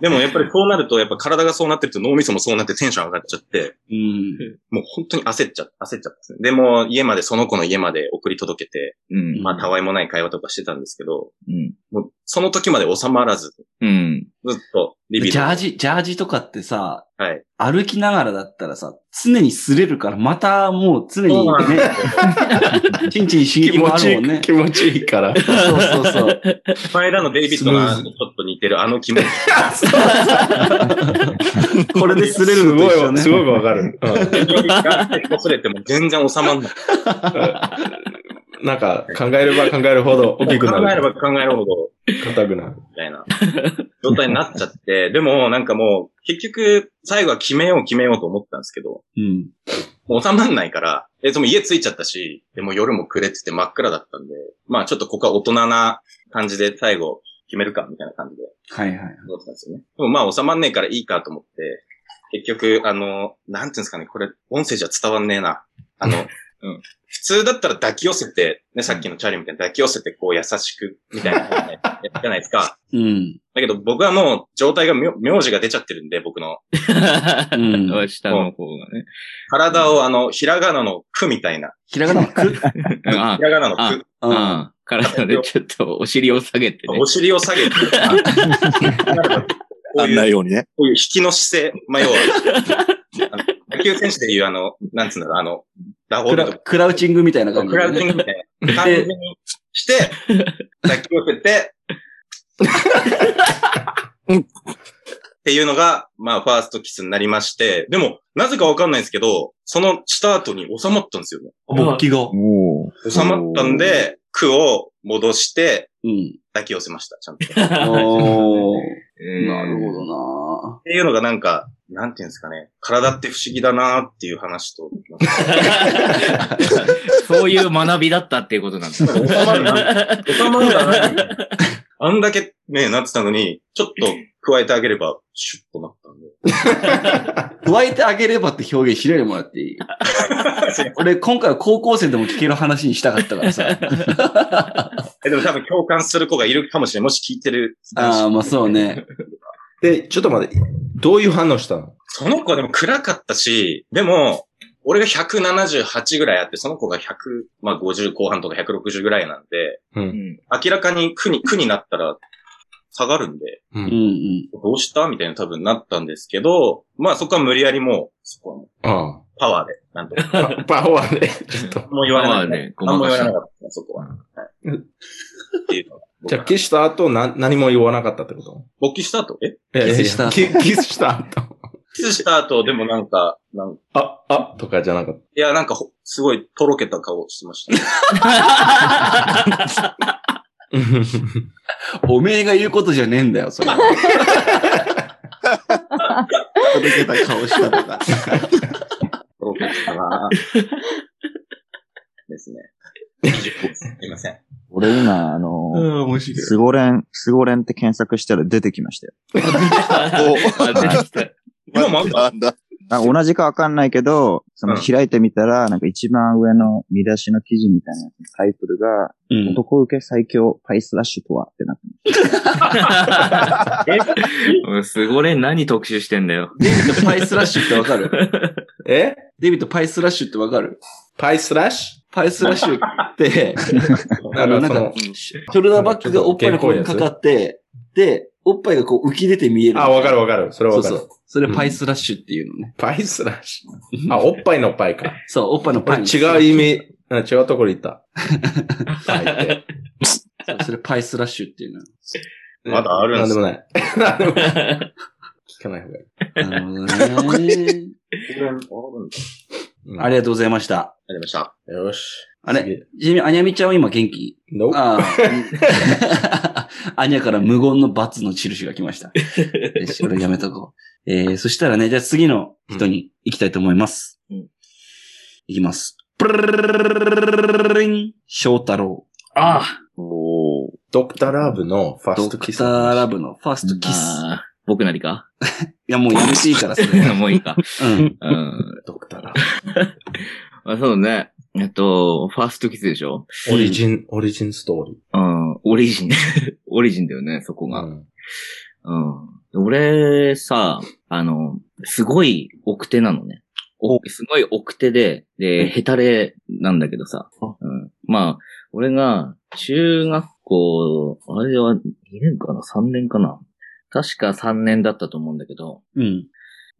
S5: でもやっぱりそうなると、やっぱ体がそうなってると脳みそもそうなってテンション上がっちゃって、
S1: うん。
S5: もう本当に焦っちゃ、焦っちゃったんですね。でも家まで、その子の家まで送り届けて、
S3: うん。
S5: まあたわいもない会話とかしてたんですけど、
S3: うん。
S5: もうその時まで収まらず、
S3: うん。
S5: ずっとリビング
S1: ジャージ、ジャージとかってさ、
S5: はい。
S1: 歩きながらだったらさ、常に擦れるから、またもう常に
S5: そうなん
S1: ね、ちんちん刺激
S2: 気
S1: も
S2: 持
S1: あ
S2: ち
S1: る
S2: い
S1: もんね
S2: い、。気持ちいいから。
S1: そうそうそう。
S5: 前らのデイビッドがちょっと似てるあの気持ち。
S1: これで擦れるのと一緒ね。
S2: すごいわかる。う
S5: 擦れても全然収まんな
S2: ん
S5: い。
S2: なんか、考えれば考えるほど大きくなる。
S5: 考えれば考えるほど、
S2: 硬くなる。
S5: みたいな状態になっちゃって、 でもなんかもう、結局、最後は決めよう決めようと思ったんですけど、
S1: うん。
S5: もう収まんないから、え、その家着いちゃったし、でも夜も暮れてて真っ暗だったんで、まあちょっとここは大人な感じで最後決めるか、みたいな感じで
S1: はいはい。
S5: 思ってたんですよね。でもまあ収まんねえからいいかと思って、結局、あの、なんていうんですかね、これ、音声じゃ伝わんねえな。あの、うん普通だったら抱き寄せて、ね、さっきのチャーリーみたいに抱き寄せて、こう優しく、みたいな方がねやるじゃないですか。
S1: うん。
S5: だけど僕はもう状態が名名字が出ちゃってるんで、僕の。
S1: うん
S3: 下の方がね。
S5: 体をあの、ひらがなのくみたいな。
S1: ひらがなはく。
S3: うんあ
S5: ひらがなの
S3: あ
S5: く。
S1: うん。
S3: うん。体でちょっとお尻を下げてね
S5: お。尻を下げて。こう
S4: あん
S5: い
S4: な
S5: う、
S4: ようにね。
S5: こういう引きの姿勢。まあ、要は、あの野球選手でいうあの、なんつうんだろう、あの、ラホー
S1: ク
S5: ル
S1: ラ
S5: とか
S1: クラウチングみたいな感じ
S5: ク
S1: でね。
S5: ラウディングみたいな感じにして、抱き寄せて、
S4: うん
S5: っていうのが、まあ、ファーストキスになりまして、でも、なぜかわかんないんですけど、そのした後に収まったんですよね。
S1: 勃起が。
S7: おー
S5: 収まったんで、句を戻して、
S1: うん。
S5: 抱き寄せまし た、ちゃんと。っ
S1: おー。
S3: えー
S1: なるほどな
S5: ていうのがなんか、なんていうんですかね、体って不思議だなっていう話と、なんか
S3: そういう学びだったっていうことなんですね。
S5: 収まるな、収まるな、あんだけね、なってたのに、ちょっと加えてあげれば、シュッとなったんで。
S1: 加えてあげればって表現しないでもらっていい俺、今回は高校生でも聞ける話にしたかったからさ。
S5: え、でも多分共感する子がいるかもしれない。もし聞いてる。
S1: ああ、まあそうね。
S2: で、ちょっと待って、どういう反応したの
S5: その子はでも暗かったし、でも、俺が178ぐらいあって、その子が100、まあ50後半とか160ぐらいなんで、
S2: う。
S3: うんん
S5: 明らかに苦に、苦になったら下がるんで、
S2: う。
S1: うんうんん。
S5: どうしたみたいな多分なったんですけど、まあそこは無理やりもう、そこはもう
S2: あ
S5: パワーで、なんとか。
S2: あ。パパワーで、 ちょっと。
S5: 何も言わなかっ
S3: パワ
S5: た。
S3: ーでごま
S5: 何も
S3: か
S5: 言
S3: し
S5: わ
S3: た
S5: なかった、そこは。はい。っていうのが僕
S2: じゃあ、消した後、な、何も言わなかったってこと
S5: 勃起した後え
S2: キ
S1: スした後
S2: キキスした後。
S5: キスした後、でもなんか、なんか
S2: あ、あ、とかじゃなかった。
S5: いや、なんかほ、すごい、とろけた顔してました。
S1: おめえが言うことじゃねえんだよ、それ。届けた顔したと か。
S5: とろけてたなぁですね。すいません。
S7: 俺今、あのー、
S1: 面白
S7: スゴレン、スゴレンって検索したら出てきましたよ。
S5: 今もあんの
S4: んだ。
S7: あ同じかわかんないけど、その
S5: うん
S7: 開いてみたら、なんか一番上の見出しの記事みたいなやつのタイトルが、
S1: うん。
S7: 男受け最強パイスラッシュとはってなってます。
S3: うんすごれん何特集してんだよ。
S1: デビットパイスラッシュってわかる
S2: え
S1: デビットパイスラッシュってわかる
S2: パイスラッシ
S1: パイスラッシュって、
S2: ュ
S1: あのなんか
S2: その
S1: ショルダーバッグがおっぱいの方にかかって、で、おっぱいがこう浮き出て見える。
S2: あ、わかるわかる。それは
S1: そ
S2: わ
S1: うそ
S2: かる。
S1: う。それパイスラッシュっていうのね。
S2: パイスラッシュ。あ、おっぱいのパイか。
S1: そう、おっぱいの
S2: こ
S1: パ
S2: れ
S1: イ。
S2: 違う意味、うん違うところ行った。パイって
S1: そう。それパイスラッシュっていうの。
S5: まだあるん
S2: なん
S5: す
S2: で
S5: か
S2: もない。 なんでもない。聞かない方がいい。
S1: なるほどね。
S5: あり
S2: うん
S1: ありがとうございました。
S5: ました。
S2: よし。
S1: あれちなみに、あにゃみちゃんは今元気
S2: 次 ?No?
S1: ああ。アニャから無言の罰の印が来ました。よし、俺やめとこう。えー、そしたらね、じゃあ次の人に行きたいと思います。
S3: うん
S1: いきます。プルルルルルルルン、翔太郎。
S3: あ
S4: おー
S2: ドクターラブのファー
S1: ド
S2: スト
S1: ク
S2: キス
S1: タ
S2: の話。
S1: ーラブのファーストキス。い
S3: あー。僕なりか
S1: や、もうやめていいから、それは。
S3: もういいか。
S1: うん。
S3: うん。
S2: ドクターラ
S3: あそうね。えっと、ファーストキスでしょ
S2: ブ。オリジン、オリジンストーリ
S3: うん。オリジン。オリジンだよね、そこ
S2: ー。
S3: が。
S2: うん
S3: うん。俺、さ、あの、すごい奥手なのね。おすごい奥手で、で、ヘタレなんだけどさ。うん、まあ、俺が、中学校、あれは2年かな ?3 年かな確か3年だったと思うんだけど、
S1: うん。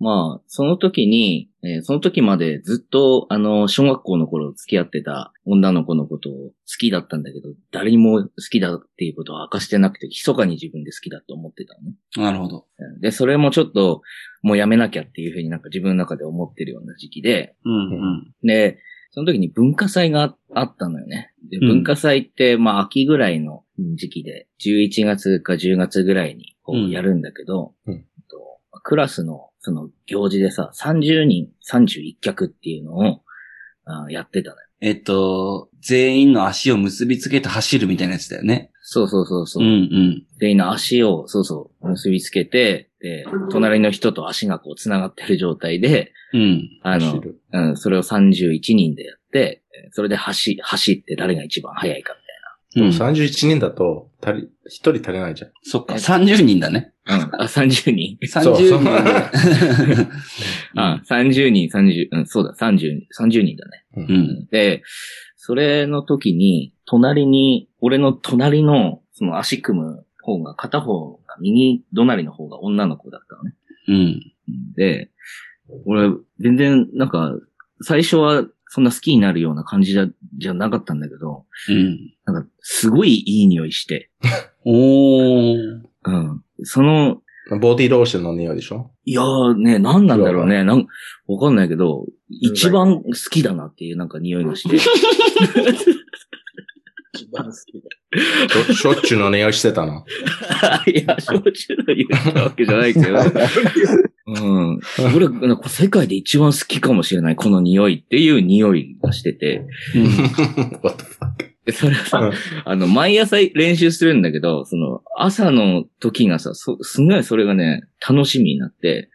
S3: まあ、その時に、えーその時までずっと、あの、小学校の頃付き合ってた女の子のことを好きだったんだけど、誰にも好きだっていうことは明かしてなくて、密かに自分で好きだと思ってたのね。
S1: なるほど。
S3: で、それもちょっと、もうやめなきゃっていうふうになんか自分の中で思ってるような時期で、
S1: うん、うん。
S3: で、その時に文化祭がああったのよね。で、
S1: うん
S3: 文化祭って、まあ秋ぐらいの時期で、11月か10月ぐらいにこ
S1: うん
S3: うやるんだけど、
S2: うん
S3: とクラスのその行事でさ、30人31脚っていうのを、あーやってたね。
S1: えっと、全員の足を結びつけて走るみたいなやつだよね。
S3: そうそうそうそうう。
S1: んうん。
S3: 全員の足を、そうそう、結びつけて、で、隣の人と足がこう繋がってる状態で、
S1: うん。
S3: あの、うん、それを31人でやって、えーそれで走、走って誰が一番速いかみ
S1: うん、そ
S2: 31人だと、足り、一人足りないじゃん。
S1: っか、30人だね。
S3: たいな。 うん、あ、30人。
S1: 30
S2: そう
S1: 人で。
S3: あ、30人、30、うん、そうだ、30、30人だね。
S1: うん。
S3: で、それの時に、隣に、俺の隣の、その足組む方が、片方が右隣の方が女の子だったのね。
S1: うん。
S3: で、俺、全然、なんか、最初は、そんな好きになるような感じじゃ、じゃなかったんだけど、
S1: うん。
S3: なんか、すごいいい匂いして、
S1: おー。
S3: うん。その、
S2: ボディローションの匂いでしょ
S3: いやーね、何なんだろうね。なんわかんないけど、一番好きだなっていうなんか匂いがして。
S5: 一番好きだ。
S2: し ょしょっちゅうの匂いしてた の。
S3: いや、焼酎の言ったわけじゃないけど。 うん。俺、なんか世界で一番好きかもしれない、この匂いっていう匂いがしてて。
S2: What the fuck?
S3: でそれは
S2: う
S3: さ
S2: ん、
S3: あの、毎朝練習するんだけど、その、朝の時がさ、そすごいそれがね、楽しみになって、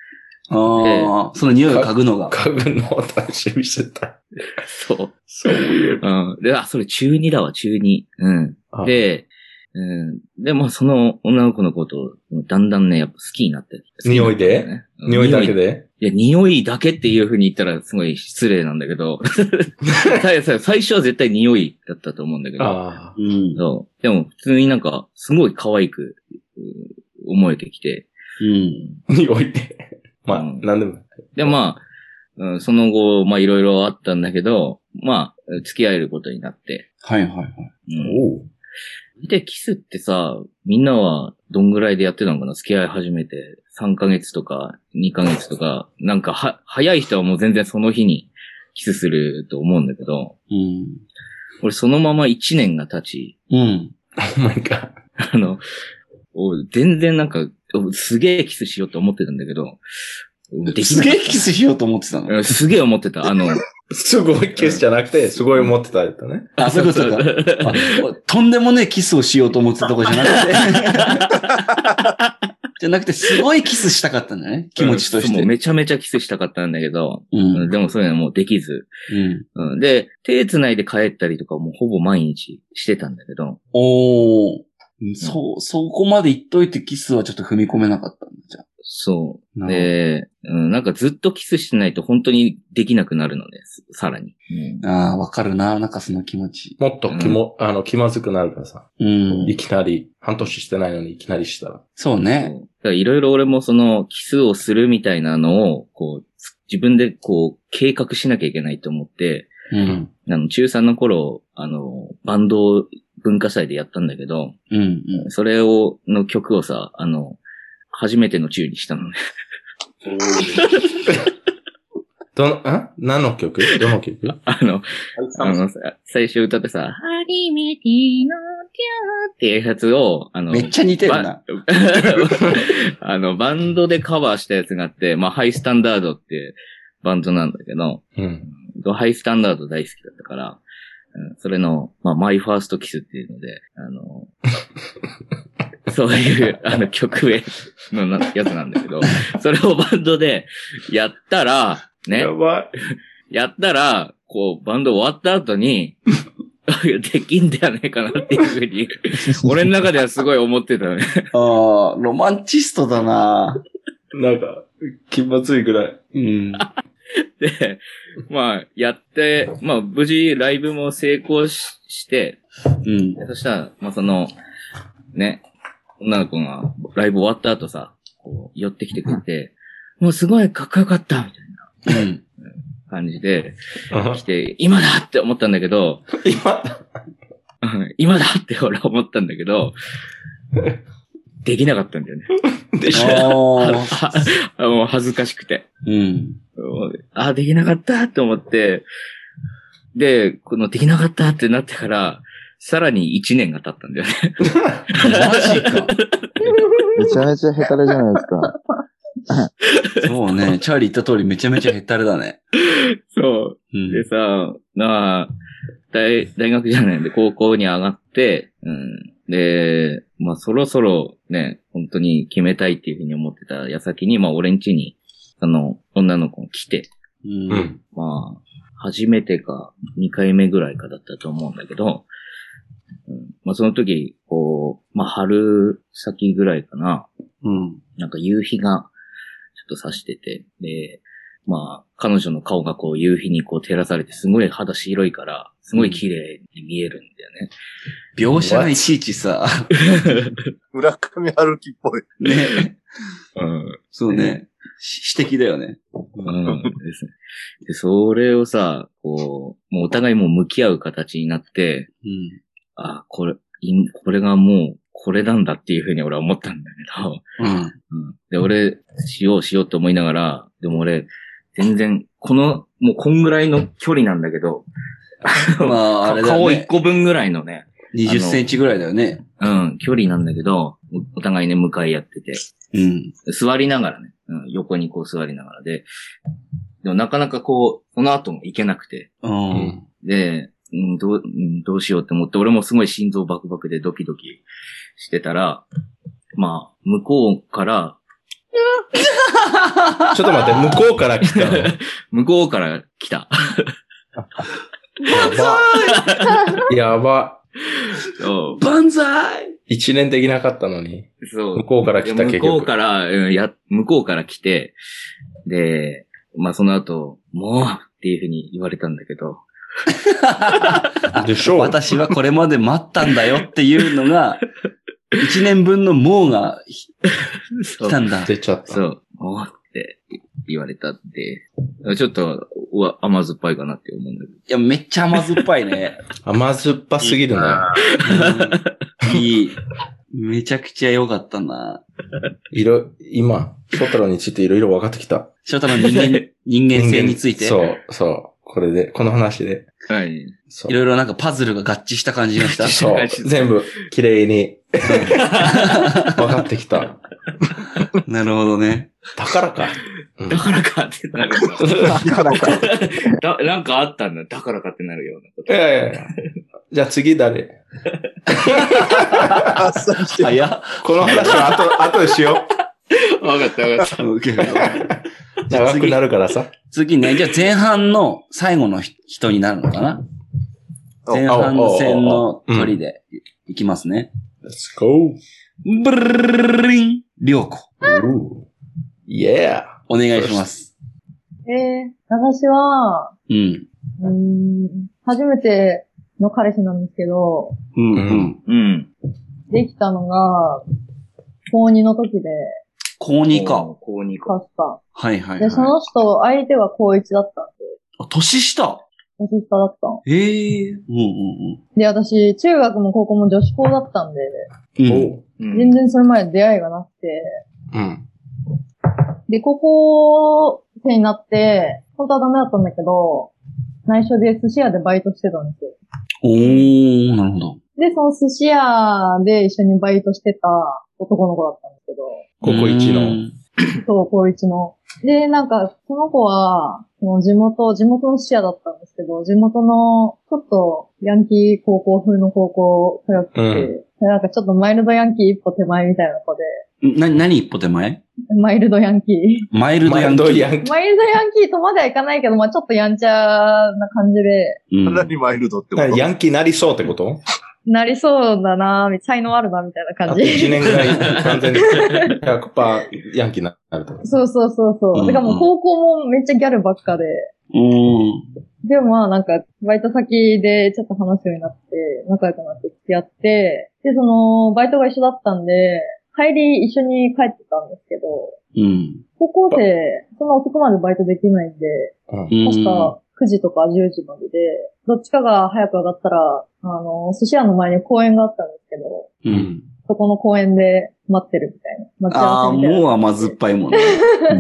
S1: ああ、その匂いを嗅ぐのが。
S2: 家具の楽しみしてた。
S3: そう。
S2: そういう。
S3: うん。で、あ、それ中2だわ、中2。うん。
S2: あ、
S3: で、うん、で、まあ、その女の子のことを、だんだんね、やっぱ好きになって。
S2: 匂いで
S3: 好きになっ
S2: 匂いだ
S3: てね
S2: け。で
S3: いや、匂いだけっていう風に言ったらすごい失礼なんだけ ど、最最最初は絶対匂いだったと思うんだけど、
S2: あ
S1: うん。
S3: そうでも普通になんか、すごい可愛くうん思えてきて、
S1: うん。
S2: あ、匂いで。まあ、
S3: うん
S2: なんでも。
S3: で、まあ、うんその後、まあ、いろいろあったんだけど、まあ、付き合えることになって、
S1: はいはいはい。
S3: うん
S2: お う
S3: で、キスってさ、みんなはどんぐらいでやってたのかな付き合い始めて。3ヶ月とか、2ヶ月とか、なんかは、早い人はもう全然その日にキスすると思うんだけど、
S1: うん。
S3: 俺そのまま1年が経ち、
S1: うん。
S2: Oh my god.
S3: あの、お全然なんか、おすげえキスしようと思ってたんだけど、でき
S1: す
S3: な
S1: げ
S3: い
S1: えキスしようと思ってたの。
S3: うんすげえ思ってた。あの、
S2: すごいキスじゃなくて、すごい思ってたやつね。
S1: あ、そういうこと か。あとんでもねえキスをしようと思ってたとこじゃなくて。 じゃなくて、すごいキスしたかったんだね。気持ちとし
S3: もう
S1: て。
S3: めちゃめちゃキスしたかったんだけど、
S1: う
S3: うん
S1: ん。
S3: でもそういうのはもうできず、
S1: うん。
S3: うん、で、手繋いで帰ったりとかもほぼ毎日してたんだけど、
S1: おー。そう、そこまで言っといてキスはちょっと踏み込めなかったんだ、じゃあ。
S3: そ
S1: な
S3: う。
S1: る
S3: で、うん、なんかずっとキスしてないと本当にできなくなるのです。さらに。
S1: ほどああ、わかるな、なんかその気持ち。
S2: もっと気も、あの、気まずくなるからさ。
S1: うん
S2: い。きなり、半年してないのにいきなりしたら。
S1: そうね。
S3: いろいろ俺もそのキスをするみたいなのを、こう、つ自分でこう、計画しなきゃいけないと思って、
S1: うん。
S3: あの、中3の頃、あの、バンドを文化祭でやったんだけど、
S1: うん。うん。
S3: それを、の曲をさ、あの、初めての中にしたのね。
S2: どの、ん何の 曲どの曲
S3: あの、あ
S5: あの
S3: の、さ最初歌ってさ、初めてのキューっていうやつを、あの、
S1: めっちゃ似てるな。
S3: ば あの、バンドでカバーしたやつがあって、まあ、ハイスタンダードっていうバンドなんだけど、
S2: うん。
S3: ハイスタンダード大好きだったから、うんそれの、まあ、マイファーストキスっていうので、あの、 そういう、あの、曲名のなやつなんだけど、それをバンドでやったら、ね、
S2: ば
S3: やったら、こう、バンド終わった後に、 できんじゃねえかなっていうふ うに、俺の中ではすごい思ってたよね。
S1: ああ、ロマンチストだな。
S2: い。なんか、気まずいぐらい。
S1: うん。
S3: で、まあ、やって、まあ、無事ライブも成功しして、
S1: うん。
S3: そしたら、まあその、ね、女の子がライブ終わった後さ、こう、寄ってきてくれて、もうすごいかっこよかったみたい
S1: うん。
S3: な感じで、来て、今だって思ったんだけど、
S2: 今、
S3: うん今だって俺は思ったんだけど、できなかったんだよね。
S2: でしょ
S1: ああ。
S3: ああもう恥ずかしくて。
S1: うん。
S3: もうあ、できなかったって思って、で、このできなかったってなってから、さらに1年が経ったんだよね。
S1: マジか。
S7: めちゃめちゃヘタレじゃないですか。
S1: そうね。チャーリー言った通りめちゃめちゃヘタレだね。
S3: そ そう。
S1: うん
S3: でさ、なあ、大、大学じゃないんで、高校に上がって、うん。で、まあそろそろね、本当に決めたいっていうふうに思ってた矢先に、まあ俺ん家に、その、女の子が来て、
S1: う。
S5: うんん。
S3: まあ、初めてか、2回目ぐらいかだったと思うんだけど、うん、まあその時、こう、まあ春先ぐらいかな、
S1: うん。
S3: なんか夕日がちょっと差してて、で、まあ、彼女の顔がこう夕日にこう照らされて、すごい肌白いから、すごい綺麗に見えるんだよね。
S1: 描写がいちいちさ、
S4: 村上春樹っぽい。
S1: ね。
S3: うん。
S1: そうね。し指摘だよね。
S3: うん。ですね。で、それをさ、こう、もうお互いもう向き合う形になって、あ、これ、いこれがもう、これなんだっていうふうに俺は思ったんだけど、
S1: うん。うん。
S3: うんで、俺、しようしようと思いながら、でも俺、全然、この、もうこんぐらいの距離なんだけど、
S1: まあ、あれだ
S3: 顔
S1: よ
S3: 一
S1: ね。
S3: 個分ぐらいのね、
S1: 20センチぐらいだよね。
S3: うん、距離なんだけど、おお互いね、向かい合ってて、
S1: うん。
S3: 座りながらね、うん、横にこう座りながらで、でもなかなかこう、その後も行けなくて、
S1: うん。
S3: で、うんどううんどうしようって思って、俺もすごい心臓バクバクでドキドキしてたら、まあ、向こうから、
S2: ちょっと待って、向こうから来 たの。
S3: 向こうから来た。
S2: やば。やば。
S3: そう
S1: 万歳
S2: 一年できなかったのに。
S3: そう。
S2: 向こうから来た
S3: いや
S2: 結
S3: 向こう
S2: 局。
S3: から、うん、や、向こうから来て、で、まあその後、もうっていうふうに言われたんだけど、
S2: でしょう
S1: 私はこれまで待ったんだよっていうの が、1年分のもうがひ
S3: そ
S1: 来た
S3: う、
S1: んだ。
S2: 出ちゃった。
S3: そうもうって言われたって、ちょっと、うわ、甘酸っぱいかなって思うんだけど。
S1: いや、めっちゃ甘酸っぱい ね。
S2: 甘酸っぱすぎるな。
S1: うんいい。めちゃくちゃ良かったな。
S2: いろ、今、翔太郎についていろいろ分かってきた。
S1: 翔太の人 間、人間性について。
S2: そう、そう。これで、この話で。
S3: はい。
S2: そ。
S1: いうろいろなんかパズルが合致した感じがした。
S2: そう。全部、綺麗に、分かってきた。
S1: なるほどね。
S2: だからか。うん
S3: だからかって なるよな。だなんかあったんだ。だからかってなるようなこ
S2: い
S3: と。
S2: やいやいやじゃあ次誰
S4: あっさりしてる。
S1: 早っ。
S2: この話は後、 後でしよ
S3: わかったわかった。
S1: うん受ける
S2: う。長くなるからさ。
S1: 次ね、じゃあ前半の最後のひ人になるのかな
S4: お
S1: 前半戦の鳥でいいきますね。
S2: Let's go.
S1: ブルルルリン、りょうこ。
S2: Ooh. Yeah.
S1: お願いします。
S6: えー、私は、
S1: うん。
S6: うーん、初めての彼氏なんですけど、
S1: うん
S2: うん。
S3: うん。
S6: できたのが、高2の時で、
S1: 高二か。
S3: こう。こうにか。
S6: 確か。
S1: はいはいは
S6: で、
S1: い。
S6: その人、相手は高1だったんで、
S1: あ年下。
S6: 年下だったの。
S1: ええうんうん
S6: で、私、中学も高校も女子校だったんで、
S1: うん。
S2: おう
S3: う
S6: 全
S3: ん。
S6: 然それまで出会いがなくて、
S2: うん。
S6: で、高校生になって、本当はダメだったんだけど、内緒で寿司屋でバイトしてたんですよ。
S1: おー、なるほど。
S6: で、その寿司屋で一緒にバイトしてた男の子だったんですけど、
S2: ここ一
S1: う
S2: の。
S1: ん。
S6: そう、高一の。で、なんか、その子は、その地元、地元の寿司屋だったんですけど、地元の、ちょっと、ヤンキー高校風の高校通ってて、
S2: うん
S6: なんかちょっとマイルドヤンキー一歩手前みたいな子で、
S1: な、何一歩手前
S6: マイルドヤンキー。
S1: マイルド
S2: マ
S1: ヤ
S2: イ
S1: ン
S2: ン
S1: キ
S2: ド
S1: ー。
S2: ヤン キー。
S6: マイルドヤンキーとまではいかないけど、まあちょっとやんちゃな感じで、
S1: うん
S4: かなりマイルドってこ
S2: だから
S4: と
S2: ヤンキーなりそうってこと
S6: なりそうだな、才能あるな、みたいな
S2: あ
S6: 感
S2: と1
S6: じ。
S2: 年ぐらい 完全に100%ヤンキーになると。
S6: そうそうそうそう。
S1: うん
S6: だからもう高校もめっちゃギャルばっかで。
S1: うん。
S6: で、まあなんか、バイト先でちょっと話すようになって、仲良くなって付き合って、で、その、バイトが一緒だったんで、帰り一緒に帰ってたんですけど、
S1: うん。
S6: 高校生、そんな遅くまでバイトできないんで、
S2: うん。
S1: うん
S6: 確か9時とか10時までで、どっちかが早く上がったら、あの、寿司屋の前に公園があったんですけど、
S1: うん。
S6: そこの公園で待ってるみたいな。待ち合
S1: あ
S6: わ
S1: あ、
S6: せみたいな。
S1: もう甘酸っぱいもんね。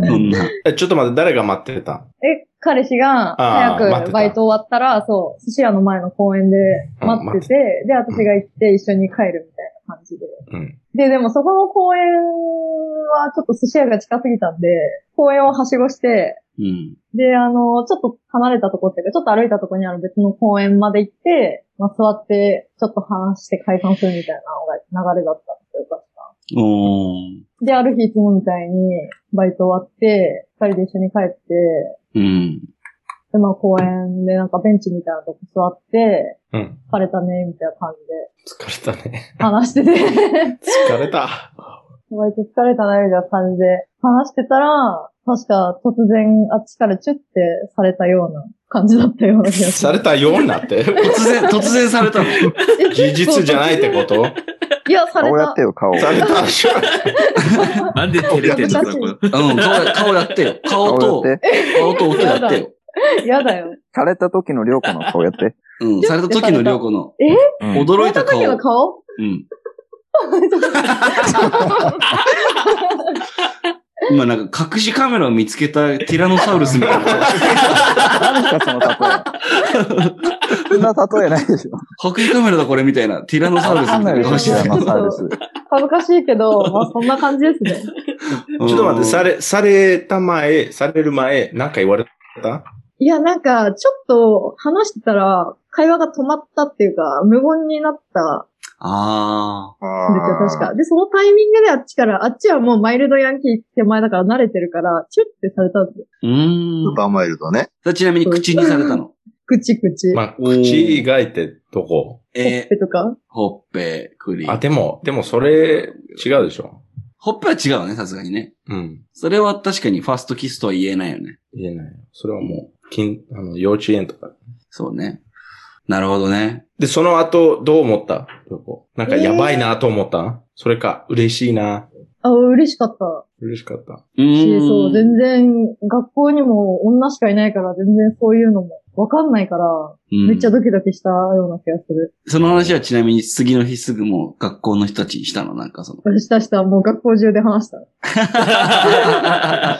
S1: そんな。
S2: え、ちょっと待って、誰が待ってた
S6: え、彼氏が
S2: あー待っ
S6: 早
S2: て
S6: く
S2: た
S6: バイト終わったら、そう、寿司屋の前の公園で待ってて、で、私が行って一緒に帰るみたいな感じで。
S2: うん。
S6: で、でもそこの公園はちょっと寿司屋が近すぎたんで、公園をはしごして、
S1: うん。
S6: で、あの、ちょっと離れたとこっていうか、ちょっと歩いたとこにある別の公園まで行って、まあ、座って、ちょっと話して解散するみたいなのが流れだったんですよ、確か。
S1: おー。
S6: で、ある日いつもみたいに、バイト終わって、二人で一緒に帰って、
S1: うん。
S6: で、まあ、公園でなんかベンチみたいなとこ座って、
S2: うん。
S6: 疲れたね、みたいな感じで
S2: 疲れたね。
S6: 話してて、
S2: 疲れた。
S6: バイト疲れたね、みたいな感じで話してたら、確か突然あっちからチュッてされたような感じだったような気がす
S2: さ
S6: る。
S2: れたようになっ
S1: 突
S2: て。
S1: 然、突然されたの。
S2: 事実じゃないってこと
S6: いや、され
S7: 顔や
S6: た
S7: って。よ、顔。
S2: されたでしょ。
S3: なんで照れてんだ、これ。
S1: うん、顔や、顔やってよ。顔と
S7: 顔、やって。
S1: 顔と音やってよ。
S6: やだよ。
S7: された時のりょうこの顔やって。
S1: うん、された時のりょうこの、
S4: うん
S1: 驚いた
S6: さ
S1: 顔
S6: れ。時の顔
S1: うん。今なんか隠しカメラを見つけたティラノサウルスみたいな。
S7: 何かその例え。そんな例えないでしょ。
S1: 隠しカメラだこれみたいな。ティラノサウルスみ
S7: わ
S1: た
S7: か
S1: い
S7: ん
S1: ない
S7: なでし
S1: 顔
S7: ょ、
S1: し
S7: 知
S1: て
S7: ら
S1: る。
S7: なサウルス。
S6: 恥ずかしいけど、まあそんな感じです
S1: ち
S6: ね。
S2: ちょっと待って、され、された前、される前、なんか言われた
S6: いや、なんか、ちょっと話してたら、会話が止まったっていうか、無言になった
S1: あ
S6: んですよ、確か。で、そのタイミングであっちから、あっちはもうマイルドヤンキー手前だから慣れてるから、チュッてされたんですよ。
S1: ー。うー
S4: ス
S1: ん
S4: ー。パーマイルドね。
S1: だちなみに口にされたの。
S6: 口口。
S2: まあ、口以外ってどこ
S1: え
S6: ペ
S1: ー、
S6: とか。
S1: ほっぺ、くり。
S2: あ、でも、でもそれ、違うでしょ。
S1: ほっぺは違うね、さすがにね。
S2: うん。
S1: それは確かにファーストキスとは言えないよね。
S2: 言えない。それはもう、金、あの、幼稚園とか。
S1: そうね。なるほどね。
S2: で、その後、どう思った旅行なんか、やばいなと思った、それか、嬉しいな。
S6: あ、嬉しかった
S2: 嬉しかった。
S1: う
S6: し、
S1: ーん。
S6: そう、全然、学校にも女しかいないから、全然そういうのもわかんないから、
S1: うん
S6: めっちゃドキドキしたような気がする。
S1: その話はちなみに次の日すぐもう学校の人たちにしたの、なんかその。
S6: したした、もう学校中で話した。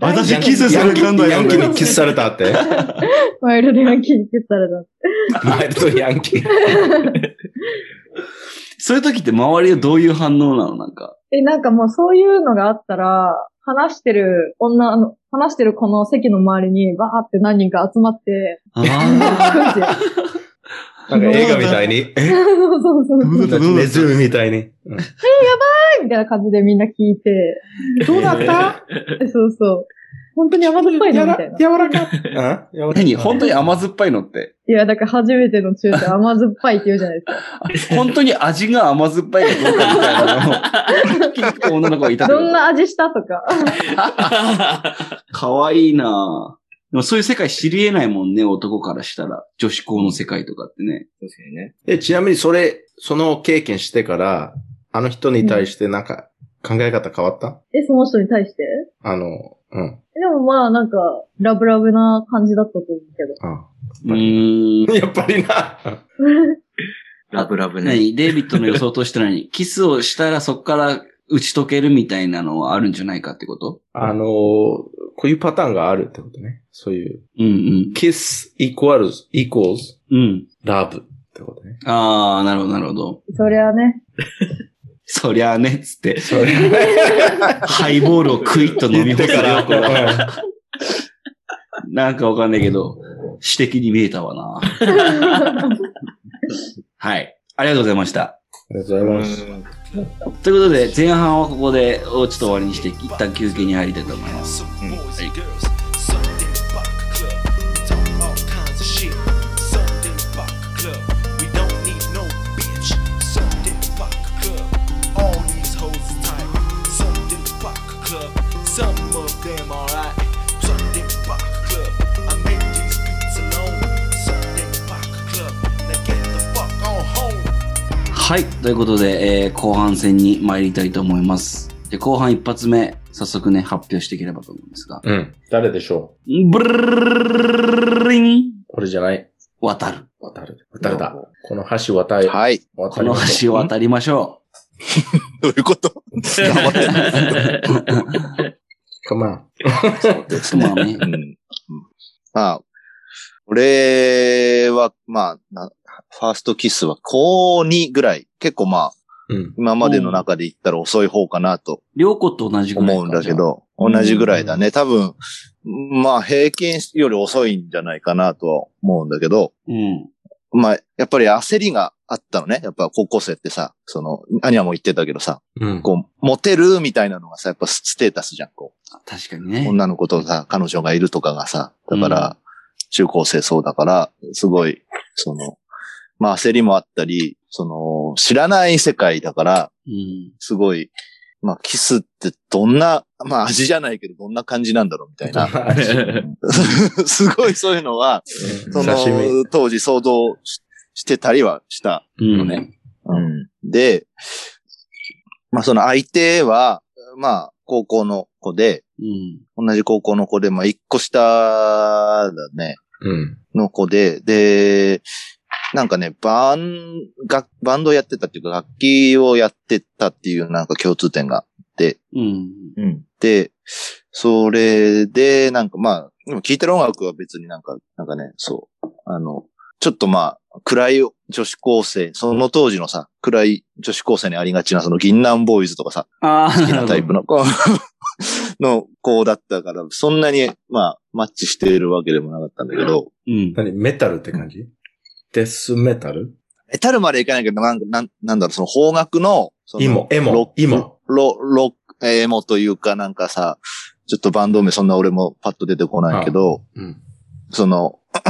S1: 私キスされたんだよ
S2: ヤン
S1: ね
S2: キーヤンキーにキスされた って。
S6: マイルドヤンキーに消された。
S2: マイルドヤンキー。
S1: そういう時って周りはどういう反応なのなんか。
S6: え、なんかもうそういうのがあったら、話してる女、あの、話してるこの席の周りにバーって何人か集まって、
S1: あ
S6: すごい 勢い
S2: なんか、映画みたいに。え
S6: そうそうそう。
S1: どうだったどうだ
S2: ネ
S1: っ
S2: ズミみたいに。うん
S6: みたいな感じでみんな聞いて、どうだったえそうそう。本当に甘酸っぱいの
S2: や
S6: み
S2: ら
S6: たいな。い
S2: 柔らかい。うん柔らかい
S1: 何本当に甘酸っぱいのって。
S6: や、だから初めての中って甘酸っぱいって言うじゃない ですか。
S1: 本当に味が甘酸っぱいかどうかみたい なのを聞く女の子がいたけ
S6: どんな味したとか。
S1: かわいいなぁでもそういう世界知り得ないもんね、男からしたら。女子校の世界とかってね。
S3: 確かにね。
S2: え、ちなみにそれ、その経験してから、あの人に対してなんか、考え方変わった
S6: え、その人に対して
S2: あの、うん。
S6: えでもまあなんか、ラブラブな感じだったと思うけど。
S2: あ
S1: うーん。
S2: やっぱりな。
S3: ラブラブね。
S1: 何デイビッドの予想として何キスをしたらそこから打ち解けるみたいなのはあるんじゃないかってこと
S2: あの、こういうパターンがあるってことね。そういう。
S1: うん
S2: キス equals, equals
S1: うん。うん。
S2: love ってことね。
S1: ああ、なるほど、なるほど。
S6: そりゃね。
S1: そりゃあね、つって。ハイボールをクイッと飲み干すよ、これ。
S2: ら。
S1: なんかわかんないけど、詩的に見えたわな。はい。ありがとうございました。
S2: ありがとうございます。
S1: ということで、前半はここで、ちょっと終わりにして、一旦休憩に入りたいと思います。
S8: Some boys and girls, Sunday Buck Club. Talk all kinds of shit. Sunday Buck Club. We don't need no bitch. Sunday Buck Club. All these hoes is tight. Sunday Buck Club. Some of them alright. Sunday Buck Club. I make these beats alone. Sunday Buck Club. Now get the fuck on home.
S1: はい。ということで、えー後半戦に参りたいと思います。で後半一発目、早速ね、発表していければと思うんですが。
S2: うん。誰でしょ
S1: ブルルリン
S2: う俺じゃない。
S1: 渡る。
S2: 渡る。渡るだ。この橋渡り。
S4: はい。
S2: こ
S1: この橋を渡りましょ
S4: どう いうこと頑張って
S1: う。
S2: かま
S1: そうまあね。
S3: うん
S4: まあ、俺は、まあなファーストキスは高2ぐらい。結構まあ、
S2: うん。
S4: 今までの中で言ったら遅い方かなと
S1: りょうこと同じぐらいか。
S4: 思うんだけど、同じぐらいだね。多分、まあ平均より遅いんじゃないかなとは思うんだけど、
S1: じゃあ。うん。
S4: まあやっぱり焦りがあったのね。やっぱ高校生ってさ、その、アニアも言ってたけどさ、
S2: うん。
S4: こう、モテるみたいなのがさ、やっぱステータスじゃん。こ
S1: 確かに
S4: う
S1: ね。
S4: 女の子とさ、彼女がいるとかがさ、だから、中高生そうだから、すごい、その、まあ焦りもあったり、その、知らない世界だから、
S1: うん。
S4: すごい、まあ、キスってどんな、まあ、味じゃないけど、どんな感じなんだろうみたいな。 すごいそういうのは、そ
S2: 刺身。
S4: の、当時想像ししてたりはした。
S1: うん。
S4: うん。で、まあ、その相手は、まあ、高校の子で、
S1: うん。
S4: 同じ高校の子で、まあ、一個下だね、
S2: うん。
S4: の子で、で、なんかね、バン、がバンドやってたっていうか、楽器をやってたっていうなんか共通点が
S1: うん。
S3: うん。
S4: で、それで、なんかまあ、でも聴いてる音楽は別になんか、なんかね、そう、あの、ちょっとまあ、暗い女子高生、その当時のさ、暗い女子高生にありがちな、その銀杏ボーイズとかさ、
S1: ああ、
S4: 好きなタイプの子、 の子だったから、そんなに、まあ、マッチしているわけでもなかったんだけど、
S1: うん。
S2: 何メタルって感じデスメタル
S4: え、たるまでいかないけど、なんか、なんなんだろう、その方角の、その
S2: イモ、エモ、イモ。
S4: ロ、ロ、エモというかなんかさ、ちょっとバンド名そんな俺もパッと出てこないけど、
S2: うん。
S4: その、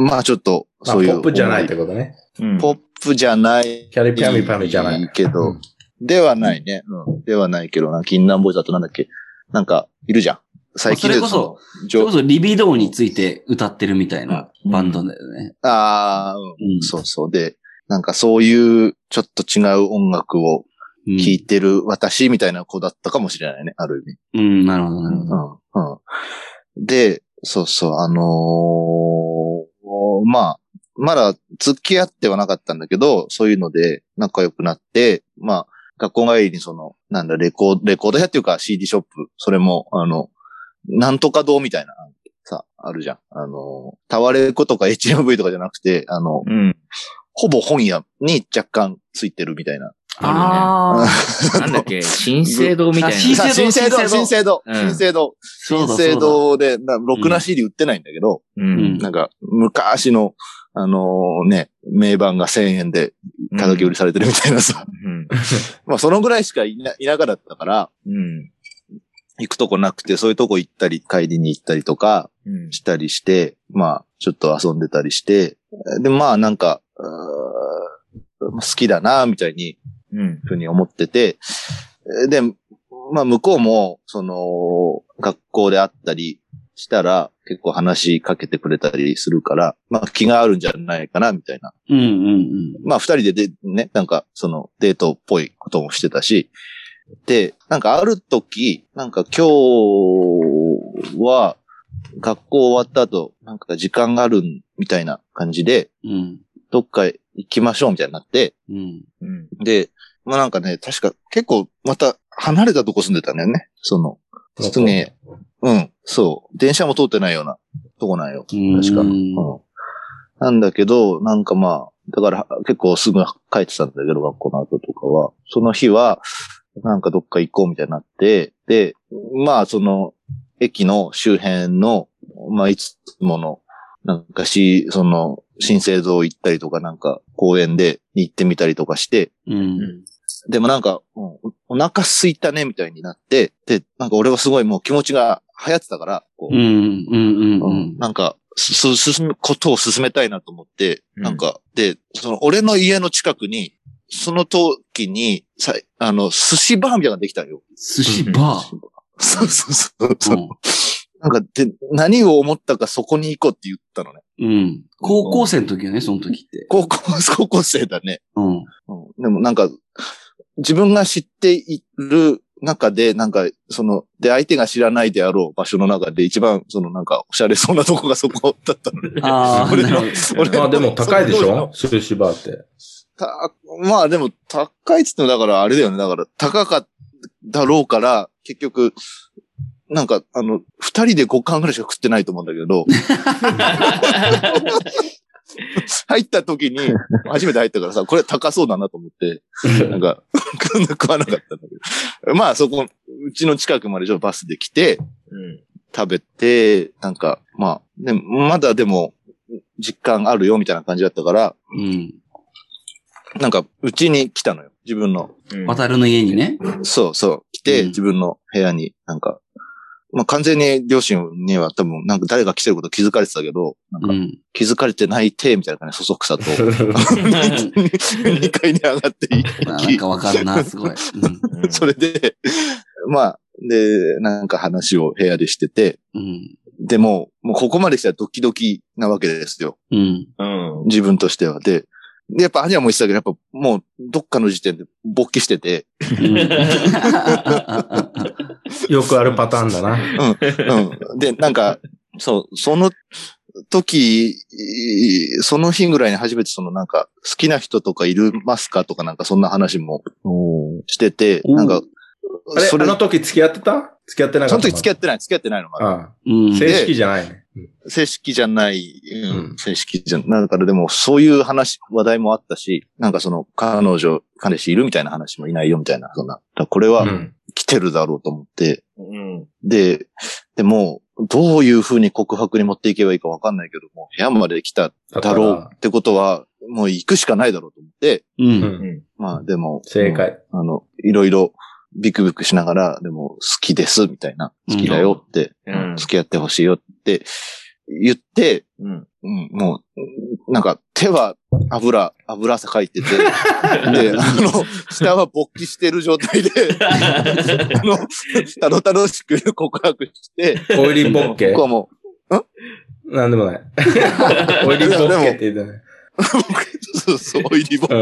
S4: まあちょっと、
S2: まあ
S4: そういう。
S2: ポップじゃないってことね。
S3: うん
S4: ポップじゃない
S2: キャリピャミパミじゃない。
S4: けど、
S2: うん
S4: ではないね。うん。ではないけどな、銀杏ボーイズだとなんだっけなんか、いるじゃん。最近で
S1: それこそ、そ
S4: ジ
S1: れこ
S4: ョ
S1: そリビドーについて歌ってるみたいなバンドだよね。
S4: ああ、うん。
S1: うん。
S4: そうそう。で、なんかそういう、ちょっと違う音楽を
S1: うん。
S4: 聴いてる私みたいな子だったかもしれないね、ある意
S1: う
S4: 味。
S1: ん、なるほど、なるほど。
S4: うんうん。で、そうそう、あのーまあ、まだ付き合ってはなかったんだけど、そういうので仲良くなって、まあ、学校帰りにその、なんだ、レコード、レコード屋っていうか CD ショップ、それも、あの、なんとか堂みたいな、さ、あるじゃん。あの、タワレコとか HMV とかじゃなくて、あの、
S3: うん。
S4: ほぼ本屋に若干ついてるみたいな。
S1: ああ、
S3: なんだっけ、新生堂みた
S1: あ
S3: い
S1: 新
S3: な。
S1: 生堂
S4: 新生堂、
S1: 新
S4: 新生堂、
S3: うん
S4: 新生堂、
S1: そうだ
S4: 新
S1: そ
S4: 生
S1: うだ。
S4: 堂で、なろくな CD 売ってないんだけど、
S3: う
S1: うん
S3: ん。
S4: なんか、昔の、あのね、名盤が1000円で叩き売りされてるみたいなさ。
S3: うん。
S4: まあ、そのぐらいしかいな、田舎だったから、
S3: うん。
S4: 行くとこなくて、そういうとこ行ったり、帰りに行ったりとか
S3: うん。
S4: したりして、まあ、ちょっと遊んでたりして、で、まあ、なんか、うー好きだな、みたいに、
S3: うん。
S4: ふうに思ってて、で、まあ、向こうも、その、学校であったりしたら、結構話しかけてくれたりするから、まあ、気があるんじゃないかな、みたいな。
S1: うんうん
S4: まあ二人でで、ね、なんかそのデートっぽいこともしてたし、で、なんかある時、なんか今日は学校終わった後、なんか時間があるみたいな感じで、
S1: うん。うん。
S4: どっか行きましょうみたいになって、
S1: うん。
S3: うん。
S4: で、まあなんかね、確か結構また離れたとこ住んでたんだよね。その、すげえ、うん、そう、電車も通ってないようなとこなんよ。確か。
S1: う
S4: うんんなんだけど、なんかまあ、だから結構すぐ帰ってたんだけど、学校の後とかは。その日は、なんかどっか行こうみたいになって、で、まあその、駅の周辺の、まあいつもの、なんかし、その、新生堂行ったりとか、なんか公園で行ってみたりとかして、
S1: うん。
S4: でもなんか、うんお腹空いたねみたいになって、で、なんか俺はすごいもう気持ちが流行ってたから、こう
S1: うん。うん。うん。うん。
S4: なんか、す、進むことを進めたいなと思って、
S3: うん
S4: なんか、で、その、俺の家の近くに、その時に、さい、あの、寿司バーみたいなのができたのよ。
S1: 寿司バー。
S4: そうそうそうそうう。なんか、で、何を思ったかそこに行こうって言ったのね。
S1: んうん。高校生の時よね、その時って。
S4: 高校、高校生だね。
S1: うん。
S4: うん、でもなんか、自分が知っている中で、なんか、その、で、相手が知らないであろう場所の中で一番、その、なんか、おしゃれそうなとこがそこだったのね。
S1: ああ、
S4: 俺
S1: なる
S4: の
S1: ほど。
S4: 俺の
S2: まあでも高いでし
S4: その当時の
S2: ょ寿司バーって。
S4: た、まあでも、高いっつっても、だからあれだよね。だから、高かったろうから、結局、なんか、あの、二人で5巻ぐらいしか食ってないと思うんだけど、 入った時に、初めて入ったからさ、これ高そうだなと思って、なんか、食わなかったんだけど。まあそこ、うちの近くまでちょっとバスで来て、食べて、なんか、まあ、でもまだでも、実感あるよみたいな感じだったから、
S1: うん。
S4: なんか、うちに来たのよ。自分の。
S2: うん
S1: 渡るの家にね。
S4: そうそう。来て、
S1: うん
S4: 自分の部屋に、なんか、まあ完全に両親には多分、なんか誰が来てること気づかれてたけど、なん
S1: う
S4: か
S1: ん。
S4: 気づかれてないて、みたいな感じで、そそく さと、2階に上がってい
S1: あ なんかわかるな、すごい。うん。
S4: き、 それで、まあ、で、なんか話を部屋でしてて、
S1: うん。
S4: でも、もうここまで来たらドキドキなわけですよ。
S1: うん。
S2: うん。
S4: 自分としては。で、でやっぱアニャも言ってたけど、やっぱもうどっかの時点で勃起してて、
S2: よくあるパターンだな。
S4: うん。で、なんか、そう、その時、その日ぐらいに初めてそのなんか、好きな人とかいるますかとかなんかそんな話もしてて、
S1: おー
S4: なんか、
S2: あれ、
S4: それ、
S2: あ
S4: そ
S2: の時付き合ってた付き合ってなか
S4: の
S2: った
S4: 時付き合ってない、付き合ってないのまだ
S2: あ
S1: うん。
S2: あ
S1: うん
S2: 正式じゃないね。
S4: 正式じゃない、うん
S2: うん
S4: 正式じゃ、だからでもそういう話、話題もあったし、なんかその彼女、彼氏いるみたいな話もいないよみたいな、そんな。だからこれ
S2: う
S4: は
S2: ん。
S4: 来てるだろうと思って、
S2: うん。
S4: で、でも、どういう風に告白に持っていけばいいかわかんないけども、部屋まで来ただろうってことは、もう行くしかないだろうと思って、
S1: う。
S2: うんん。
S4: まあでも、
S2: 正解。
S4: あの、いろいろビクビクしながら、でも好きです、みたいな、
S1: うん
S4: 好きだよって、
S3: うん
S4: 付き合ってほしいよって言って、
S2: うん。
S4: うん、もう、なんか手は油、油汗かい てて、で、あの、下は勃起してる状態で、あの、たどたどしく告白して、
S2: オイリーボッケ
S4: 僕。はもう、
S2: なんでも ない。オイリーボッケって言ってない。
S4: そうそう、オイリーボッ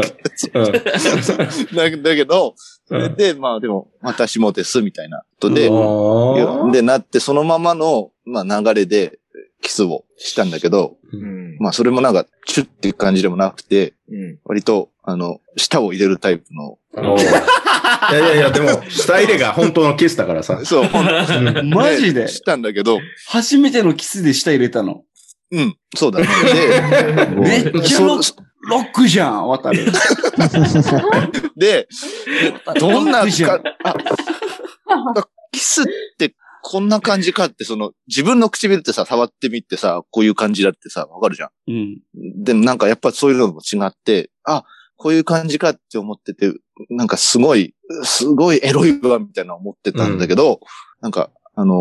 S2: う
S4: クだだけど、そ
S2: ん。
S4: れ
S2: うん。
S4: で、まあでも、私もです、みたいなことで、
S2: おー
S4: で、なって、そのままの、まあ流れで、キスをしたんだけど、
S2: うん
S4: まあそれもなんか、チュッっていう感じでもなくて、
S3: うん
S4: 割と、あの、舌を入れるタイプの、
S2: おーいやいやいや、でも、下入れが本当のキスだからさ。
S4: そ
S2: う
S4: う、
S2: ん
S1: マジで
S4: したんだけど、
S1: 初めてのキスで下入れたの。
S4: うん、そうだね。で
S1: め っちゃロ
S4: そ
S1: ッロックじゃん、渡る。
S4: で、どん
S1: ロッ
S4: な
S1: クじゃ
S4: か、あ、キスってこんな感じかって、その、自分の唇ってさ、触ってみてさ、こういう感じだってさ、わかるじゃん。
S1: うん。
S4: でもなんかやっぱそういうのも違って、あ、こういう感じかって思ってて、なんかすごい、すごいエロいわ、みたいな思ってたんだけど、なんか、あの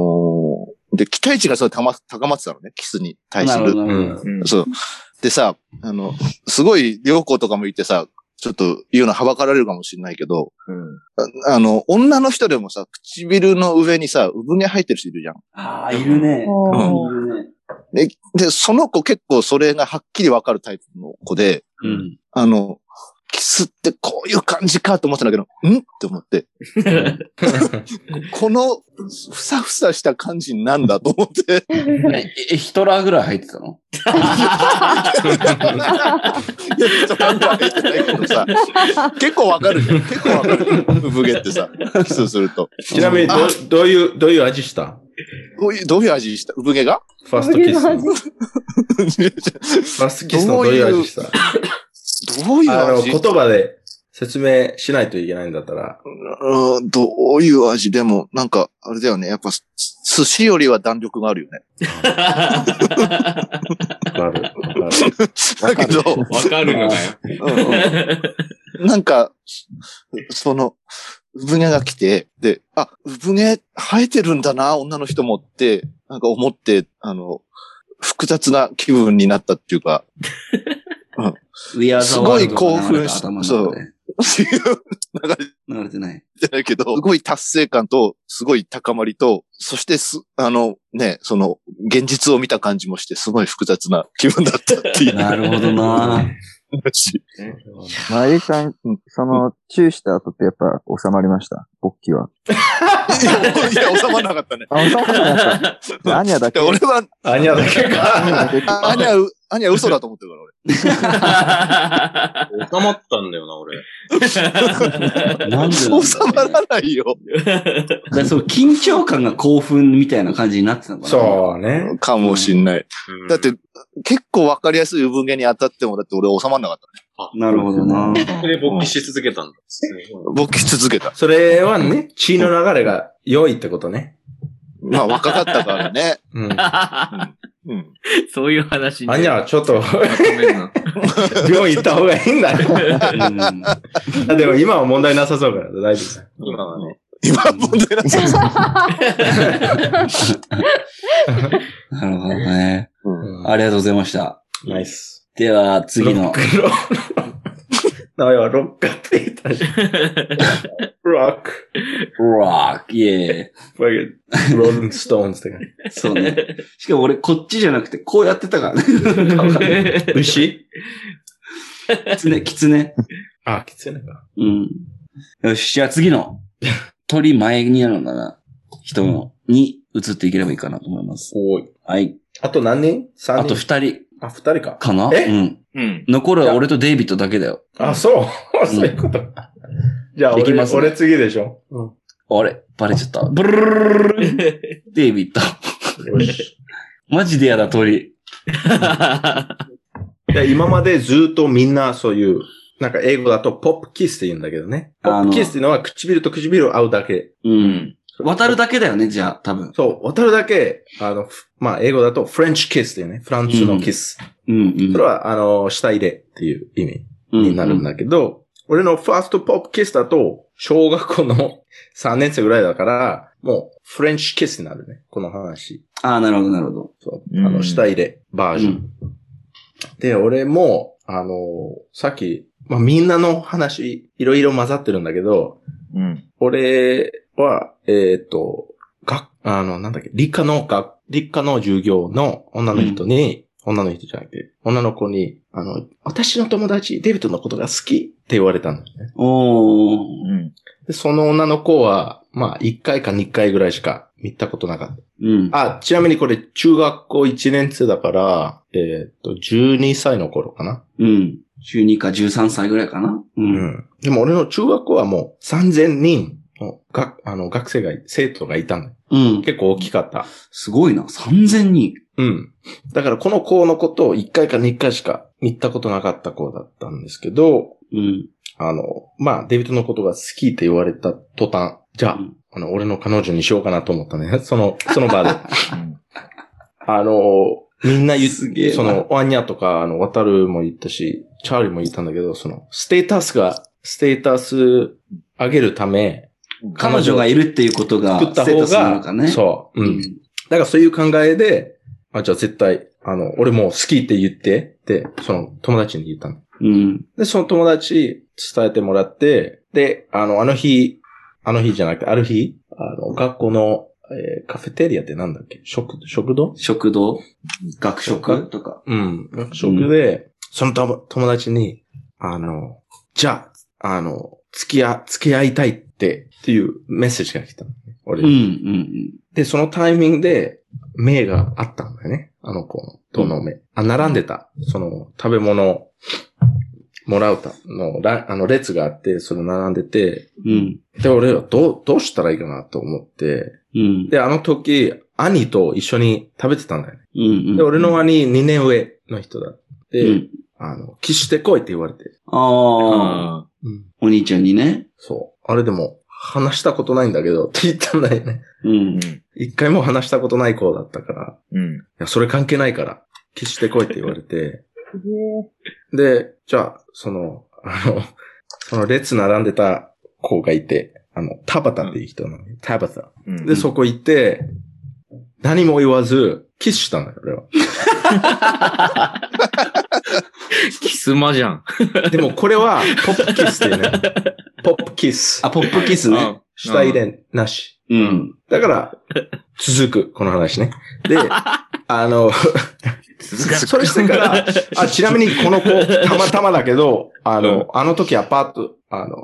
S4: ーで、期待値がすごい高ま高まってたのね、キスに対す
S1: な
S4: る。
S1: るほど。
S2: う
S1: なるほ
S2: ん
S1: ど。
S4: そう。でさ、あの、すごい良子とかもいてさ、ちょっと言うのはばかられるかもしれないけど、ああの、女の人でもさ、唇の上にさ、産毛入ってる人いるじゃん。
S1: ああ、いるね。
S6: おー
S1: いるね。
S4: で、でその子結構それがはっきりわかるタイプの子で、
S1: うん。
S4: あの、キスってこういう感じかと思ってたんだけど、んって思って、このふさふさした感じなんだと思って、
S1: え、えヒトラーぐらい入ってたの
S4: いやちょっと考えてないけどさ、結構わかるじゃん。結構わかる。産毛ってさ、キスすると。
S2: ちなみにどう、どういう、どういう味した
S4: どういう、どういう味した産毛が
S2: ファーストキスの。ファーストキスのどういう味した
S4: どういう
S2: あの、
S4: 味
S2: 言葉で説明しないといけないんだったら。
S4: うんどういう味でも、なんか、あれだよね。やっぱ、す寿司よりは弾力があるよね。
S2: わかる。わかる。
S4: だけど、
S5: わかるのかよ。
S4: うん なんか、その、産毛が来て、で、あ、産毛生えてるんだな、女の人もって、なんか思って、あの、複雑な気分になったっていうか、
S1: ウィアーザワールドが流れた
S4: すご
S1: 頭
S4: い興奮
S1: の
S4: し
S1: 中で
S4: そういう
S1: 流れてない。
S4: だけど、すごい達成感と、すごい高まりと、そしてす、あの、ね、その、現実を見た感じもして、すごい複雑な気分だったっていう
S1: なるほどな。
S4: 話。
S7: マリさん、その、チューした後ってやっぱ収まりました。勃起 は。
S4: いや、いや収まらなかったね。
S7: あ、収まりま した。アニャだ
S4: で
S7: け。
S4: 俺 は、
S2: アニャだけ
S7: アニャだ
S2: か。
S7: け。
S4: あアニャ、アニャ嘘だと思ってるから、俺。
S5: 収まったんだよな、俺。
S1: なんで
S4: 収まらないよ。
S1: だからその緊張感が興奮みたいな感じになってたのかな。
S2: そうね。
S4: かもしんない。
S5: うん
S4: だって、結構わかりやすい産毛に当たっても、だって俺収まんなかった。
S1: なるほどな。
S5: それで勃起し続けたんだ。すごい
S4: 勃起続け た。
S2: それはね、血の流れが良いってことね。
S4: まあ若かったからね。
S2: うん。
S4: うん。
S3: そういう話
S2: あんにゃ、ちょっ と、
S3: 止めるな。
S2: 病院行った方がいいんだね。
S1: うん
S2: あでも今は問題なさそうから、大丈夫だよ
S5: 今はね。
S4: 今は問題なさそう。
S1: なるほどね。
S2: うん
S1: ありがとうございました。
S2: ナイス。
S1: では、次の
S2: ロ。ックロール。名前はロックって言っ たじゃん。ロック。
S1: ロック、イエ
S2: ローリングストーンズって感
S1: ーイ。そうね。しかも俺、こっちじゃなくて、こうやってたからね。なんかね
S2: じ。牛
S1: キツネ、キツネ。
S2: あ、きついなか。
S1: うん。よし、じゃあ次の。鳥前にあるんだな。人の、に移っていければいいかなと思います。
S2: おい。
S1: はい。
S2: あと何人
S1: あ
S2: 三
S1: と
S2: 人。
S1: 二人
S2: あ、二人か。
S1: かな
S2: え
S1: うん。
S3: うん。
S1: 残るは俺とデイビッドだけだよ。
S2: あ、そう。 そういうこと。じゃあ、
S1: でき
S2: 俺、
S1: ますね
S2: 俺次でしょ。うん。
S1: あれバレちゃった。ブルルルルルルルデイビッド。
S2: よ し。
S1: マジでやだ、鳥。
S2: で今までずっとみんなそういう、なんか英語だとポップキスって言うんだけどね。ポ
S1: あの
S2: ップキスっていうのは唇と唇を合うだけ。
S1: うん。渡るだけだよね、じゃあ、多分。
S2: そう、渡るだけ、あの、ふまあ、英語だとフレンチキスっていうね。フランスのキス。
S1: うん、
S2: それは、あの、下入れっていう意味
S1: うん。
S2: になるんだけど、俺のファーストポップキスだと、小学校の 3年生ぐらいだから、もう、フレンチキスになるね。この話。
S1: ああ、なるほど、なるほど。
S2: そう。あ
S3: う
S2: の、
S3: ん
S2: 下入れ、バージョン。で、俺も、あの、さっき、まあ、みんなの話、いろいろ混ざってるんだけど、
S3: うん。
S2: 俺は、えっ、と、学、あの、なんだっけ、理科の学、理科の授業の女の人に、女の人じゃなくて、女の子に、あの、私の友達、デビッドのことが好きって言われたんだよね。
S1: おー。
S3: うん。
S2: で、その女の子は、まあ、1回か2回ぐらいしか見たことなかっ
S1: うん。
S2: た。あ、ちなみにこれ、中学校1年生だから、えっ、と、12歳の頃かな。
S1: うん。中2か13歳ぐらいかな。う。
S2: うんん。でも俺の中学校はもう3000人の学、あの、学生が、生徒がいたんだよ。
S1: うん。
S2: 結構大きかった。
S1: すごいな。3000人。
S2: うん。だからこの子のことを1回か2回しか見たことなかった子だったんですけど、
S1: うん。
S2: あの、まあ、デビットのことが好きって言われた途端、じゃあ、
S1: うん
S2: あの、俺の彼女にしようかなと思ったね。 そ の、その場で。あの、みんな言っ
S1: すげえな
S2: その、ワニャとか、あの、渡るも言ったし、チャーリーも言ったんだけど、その、ステータスが、ステータス上げるため、
S1: 彼女がいるっていうことが、
S2: 作った方
S1: ステータスなのか
S2: が、
S1: ね。
S2: そう、
S1: う
S2: うん。だからそういう考えで、あ、じゃあ絶対、あの、俺もう好きって言って、で、その友達に言ったの。
S1: うん。
S2: で、その友達伝えてもらって、で、あの、あの日、あの日じゃなくて、ある日、あの、学校の、えーカフェテリアってなんだっけ食、食堂
S1: 食堂学食とか。
S2: うん。学食で、その友友達に、あの、じゃあ、あの、付き合、付き合いたいって、っていうメッセージが来たのね。俺
S1: うん、う
S2: に
S1: ん、うん。
S2: で、そのタイミングで、目があったんだよね。あの子の、との目。あ、並んでた。その、食べ物、もらうた、の、らあの、列があって、それ並んでて、
S1: うん。
S2: で、俺はどう、どうしたらいいかなと思って、
S1: うん。
S2: で、あの時、兄と一緒に食べてたんだよね。
S1: うんうん
S2: で、俺の兄2年上の人だ。で、
S1: うん
S2: あの、キスしてこいって言われて。
S1: ああ、
S3: あ
S1: お兄ちゃんにね。
S2: そう。あれでも、話したことないんだけど、って言ったんだよね。
S1: う。
S3: あ。うん
S2: 一回も話したことない子だったから。
S3: ん。
S2: いや、それ関係ないから、消してこいって言われて、
S6: すげえ。
S2: で、じゃあ、その、あの、その列並んでた子がいて、あの、タバタっていう人なのね。タバタ。
S3: うん。
S2: で、そこ行って、何も言わず、キスしたんだよ、俺は。
S3: キスマじゃん。
S2: でも、これ は、ポップキスっていうね。ポップキス
S1: あ、。ポップキスね。
S2: 下入れなし。
S1: うん。
S2: だから、続く、この話ね。 で、あの、それして から、あ、ちなみにこの子、たまたまだけど、あの、
S3: うん
S2: あの時アパート、あの、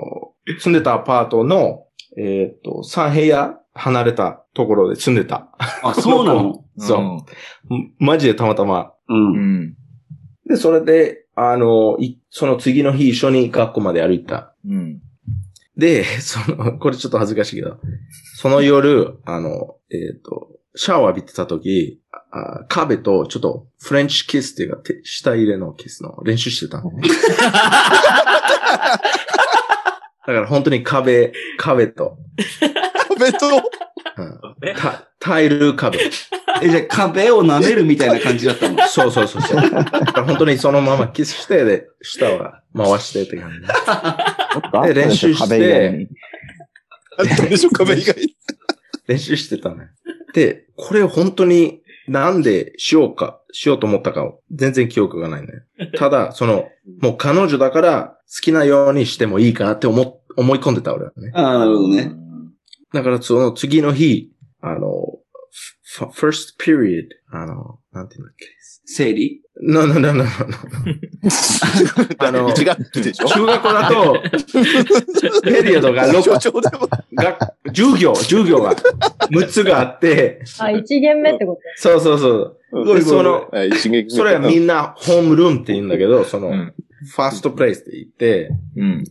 S2: 住んでたアパートの、えっ、と、3部屋離れたところで住んでた。
S1: あ、そうなの
S2: そうん。マジでたまたま。
S1: う。
S3: うんん。
S2: で、それで、あの、いその次の日一緒に学校まで歩いた。
S3: うん。
S2: で、その、これちょっと恥ずかしいけど、その夜、あの、えっ、と、シャワー浴びてた時、あ壁とちょっとフレンチキスっていうか、手下入れのキスの練習してたのね。だから本当に壁、壁と、
S4: 壁と、
S2: うん
S5: え
S2: タタイル壁。
S1: え、じゃあ壁を舐めるみたいな感じだったの
S2: そうそうそうそう。だから本当にそのままキスして、で、下は回してって感じ。
S7: もっとあったでしょ
S2: 練習して
S7: 壁以外に
S4: あったでしょ、壁以外に。
S2: 練習してたね。で、これを本当になんでしようか、しようと思ったかを全然記憶がないね。ただ、その、もう彼女だから好きなようにしてもいいかなって思、思い込んでた俺はね。
S1: ああ、なるほどね。
S2: だからその次の日、あの、フ first period, あの、なんていうんだっけ。
S1: 生理
S2: no, no, no, no, no, no. あの
S4: 一学期でしょ
S2: 中学校だと、ペリオドが
S4: 所
S2: 6、
S4: 長でも、
S2: が、10行、10行が、6つがあって、
S6: あ、一限目ってこと
S2: そうそうそう。でその
S4: はい、一撃目
S2: それはみんなホームルームって言うんだけど、その、
S3: うん
S2: ファーストプレイスって言って、
S3: うん。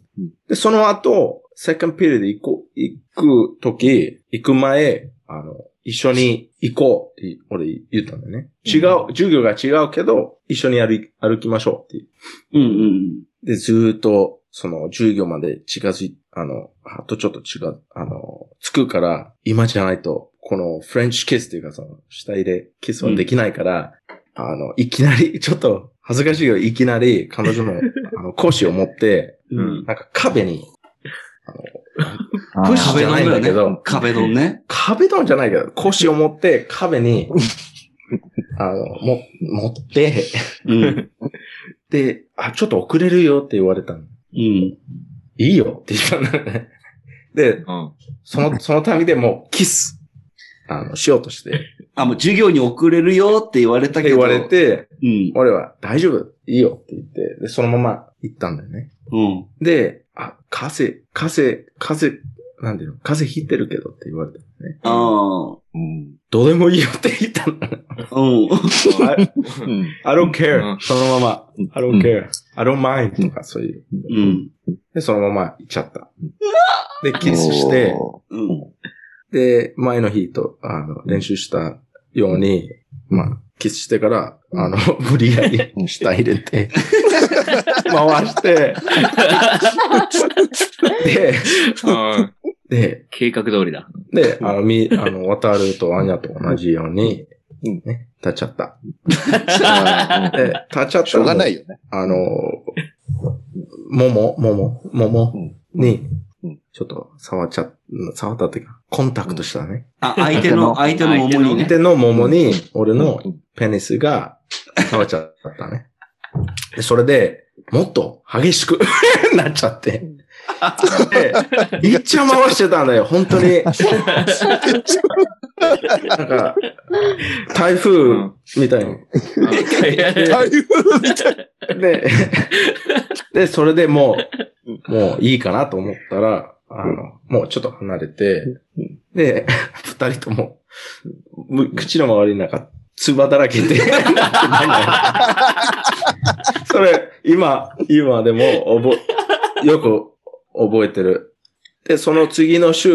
S2: で、その後、セカンドピリオド行こう、行くとき、行く前、あの、一緒に行こうって俺言ったんだよね。違う、授業が違うけど、一緒に歩い歩きましょうって
S1: うんうんうん。
S2: で、ずーっと、その、授業まで近づい、あの、あとちょっと違う、あの、つくから、今じゃないと、このフレンチキスというか、その、下入れ、キスはできないから、あの、いきなり、ちょっと、恥ずかしいけど、いきなり、彼女の、あの、講師を持って、
S1: うん。
S2: なんか壁に、
S7: あ
S2: プッシュ
S7: ー
S1: 壁
S2: じゃ
S1: ドン
S2: ないんだ
S1: だ
S2: け
S1: よ
S2: ど
S1: ね。壁ドンね。
S2: 壁ドンじゃないけど、腰を持って、壁に、 あの、も、持って、
S1: うん。
S2: で、あ、ちょっと遅れるよって言われたの。
S1: うん。
S2: いいよって言ったんだよね。で、
S3: うん。
S2: その、そのタイミングでもう、キス、あの、しようとして、って
S1: あ、もう授業に遅れるよって言われたけど。
S2: 言われ。て、
S1: うん。
S2: 俺は、大丈夫、いいよって言って、で、そのまま行ったんだよね。
S1: うん。
S2: で、あ、風、風、風、なんていうの、風邪ひいてるけどって言われたのね。
S1: ああ。
S7: うん
S2: どうでもいいよって言ったんだ。
S1: うん。
S2: I,
S4: うん
S2: I don't care、
S3: うん
S2: そのまま。I don't care、I don't mind とかそういう。
S1: うん。
S2: で、そのまま行っちゃった。で、キスして、
S7: お
S1: うん。
S2: で、前の日と、あの、練習したように、まあ、キスしてから、あ の、無理やり下入れて、回 して、で、
S3: うん
S2: で、
S3: 計画通りだ。
S2: で、あの、み、あの、渡るとアニャと同じように、ね、立っちゃった。
S4: あーうん
S2: で、立っちゃったらもう
S4: しょうがないよね。
S2: あの、もも、もも、ももに
S4: うん、
S2: ちょっと触っちゃ、触ったっていうか、コンタクトしたね。
S1: あ、相手の、相手の桃にね。
S2: 手の桃に、俺の
S4: うん
S2: ペニスが触っちゃったね。でそれで、もっと激しく なっちゃって。で、いっちゃん回してたんだよ、本当に。なんか、台風みたいに。
S4: 台風みた い
S2: で、で、それでもう、もういいかなと思ったら、あの、もうちょっと離れて、で、二人とも、む口の周りなんか、つばだらけで、それ、今、今でも、覚え、よく覚えてる。で、その次の週、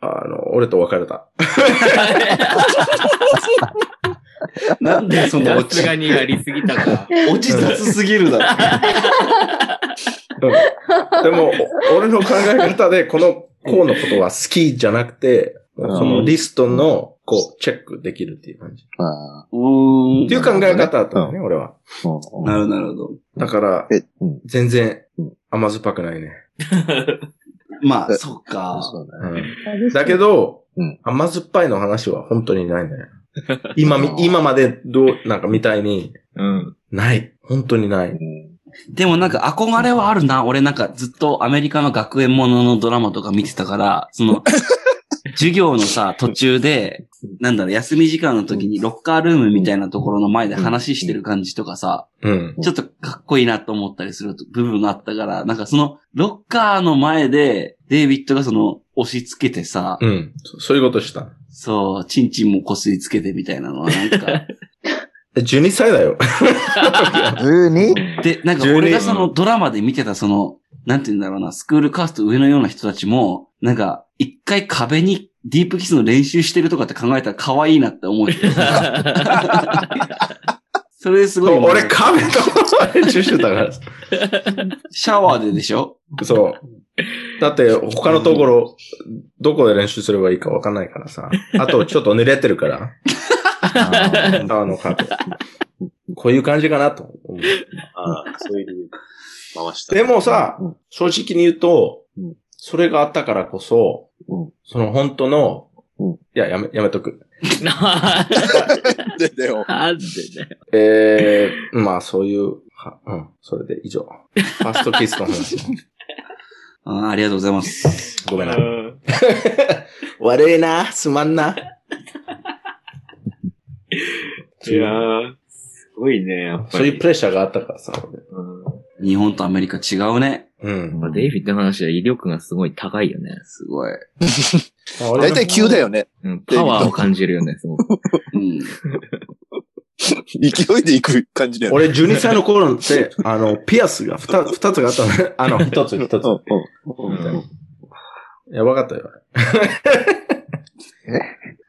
S2: あの、俺と別れた。
S1: なんでその
S3: さ
S1: 落
S3: す
S1: ち、
S3: がにやりすぎたか。
S1: 落ち雑すぎるだ
S2: うんでも、お俺の考え方で、この項のことは好きじゃなくて、そ
S4: ん
S2: のリストの、こう、チェックできるっていう感じ。
S4: な。あ
S1: ろ。うーん。
S2: っていう考え方だったのね、俺は。
S4: ーうん
S1: なるほどなるほど。
S2: だから、
S4: え、うん。
S2: 全然
S4: うん、
S2: 甘酸っぱくないね。
S1: まあ、そうか。
S4: そうだね。
S2: うん
S6: だ
S2: だけ、ど
S4: うん、
S2: 甘酸っぱいの話は本当にないね。今み、今までどう、なんかみたいに、
S3: うん。
S2: ない。本当にない。
S1: でもなんか憧れはあるな。俺なんかずっとアメリカの学園もののドラマとか見てたから、そ の、授業のさ、途中で、なんだろう、休み時間の時にロッカールームみたいなところの前で話してる感じとかさ、
S2: うん。
S1: ちょっとかっこいいなと思ったりする部分があったから、なんかその、ロッカーの前で、デイビッドがその、押し付けてさ、
S2: うん。そそういうことした。
S1: そう、チンチンもこすりつけてみたいなのはなんか、
S2: え12歳だよ。
S7: 12?
S1: で、なんか
S2: 12
S1: 俺がそのドラマで見てたその、なんて言うんだろうな、スクールカースト上のような人たちも、なんか、一回壁にディープキスの練習してるとかって考えたら可愛いなって思う。 それですごい。
S2: 俺、カメと練習してたから。
S1: シャワーででしょ
S2: そう。だって、他のところ、どこで練習すればいいかわかんないからさ。あと、ちょっと濡れてる から。あの、カーペットこういう感じかなと思う。
S5: ああ、そういう理由回した。
S2: でもさ
S4: うん、
S2: 正直に言うと、それがあったからこそ
S4: うん、
S2: その本当の
S4: うん、
S2: いや、やめ、やめとく。
S3: な
S4: で、でも、
S3: なんでね。
S2: ええまあそういう、はうん、それで以上。ファーストキスの話。
S1: あーありがとうございます。
S2: ごめんな。悪いな、すまんな。
S8: いやー、すごいね、やっぱ
S2: そういう
S8: り。
S2: プレッシャーがあったからさ、俺
S8: うん
S1: 日本とアメリカ違うね。
S2: うん。
S3: まあデイビッドの話は威力がすごい高いよね。
S1: すごい。
S4: 大体急だ
S2: よ。
S4: よね。
S3: うん、パワーを感じるよね、すごく。
S1: うん。
S4: 勢いで行く感じだよね。
S2: 俺12歳の頃 って、あの、ピアスが2つ、二つがあったの ね。あの、1つ、1つ。
S4: うんうん
S2: やばかったよ。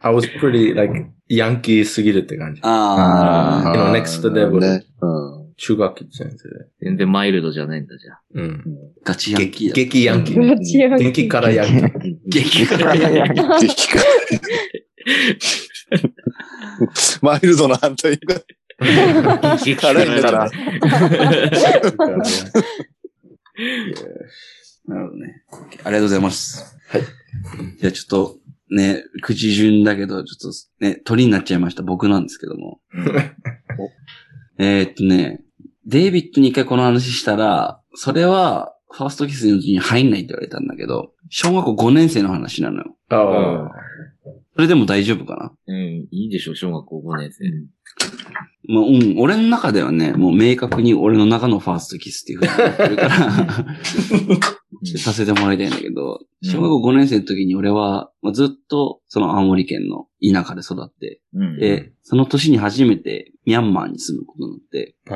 S2: I was pretty, like, ヤンキーすぎるって感じ。
S1: あ
S2: あの、next
S4: うん
S2: level、
S4: ねうん
S2: 中学期先生で。
S3: 全然マイルドじゃないんだ、じゃあ。
S2: うん。
S1: ー、ガチヤンキ
S2: 激
S1: ーだ。
S2: 激ヤンキ
S6: ガ
S2: ー。
S6: チヤンキー
S2: 電気からヤンキー。
S1: 激辛ヤンキー。
S4: 激辛マイルドの反対が辛いんだから。
S1: なるほどね。ありがとうございます。
S2: はい。
S1: じゃあちょっと、ね、口順だけど、ちょっとね、鳥になっちゃいました。僕なんですけども。えーっとね、デイビッドに一回この話したら、それは、ファーストキスのうちに入んないって言われたんだけど、小学校5年生の話なのよ。
S2: あ
S1: それでも大丈夫かな
S3: うん、いいでしょ、小学校5年生。
S1: まあ、うん、俺の中ではね、もう明確に俺の中のファーストキスっていうふうに言ってるから、させてもらいたいんだけど、
S3: うん
S1: 小学校5年生の時に俺は、まあ、ずっとその青森県の田舎で育って、
S3: うん。
S1: で、その年に初めてミャンマーに住むことになって、
S2: あ。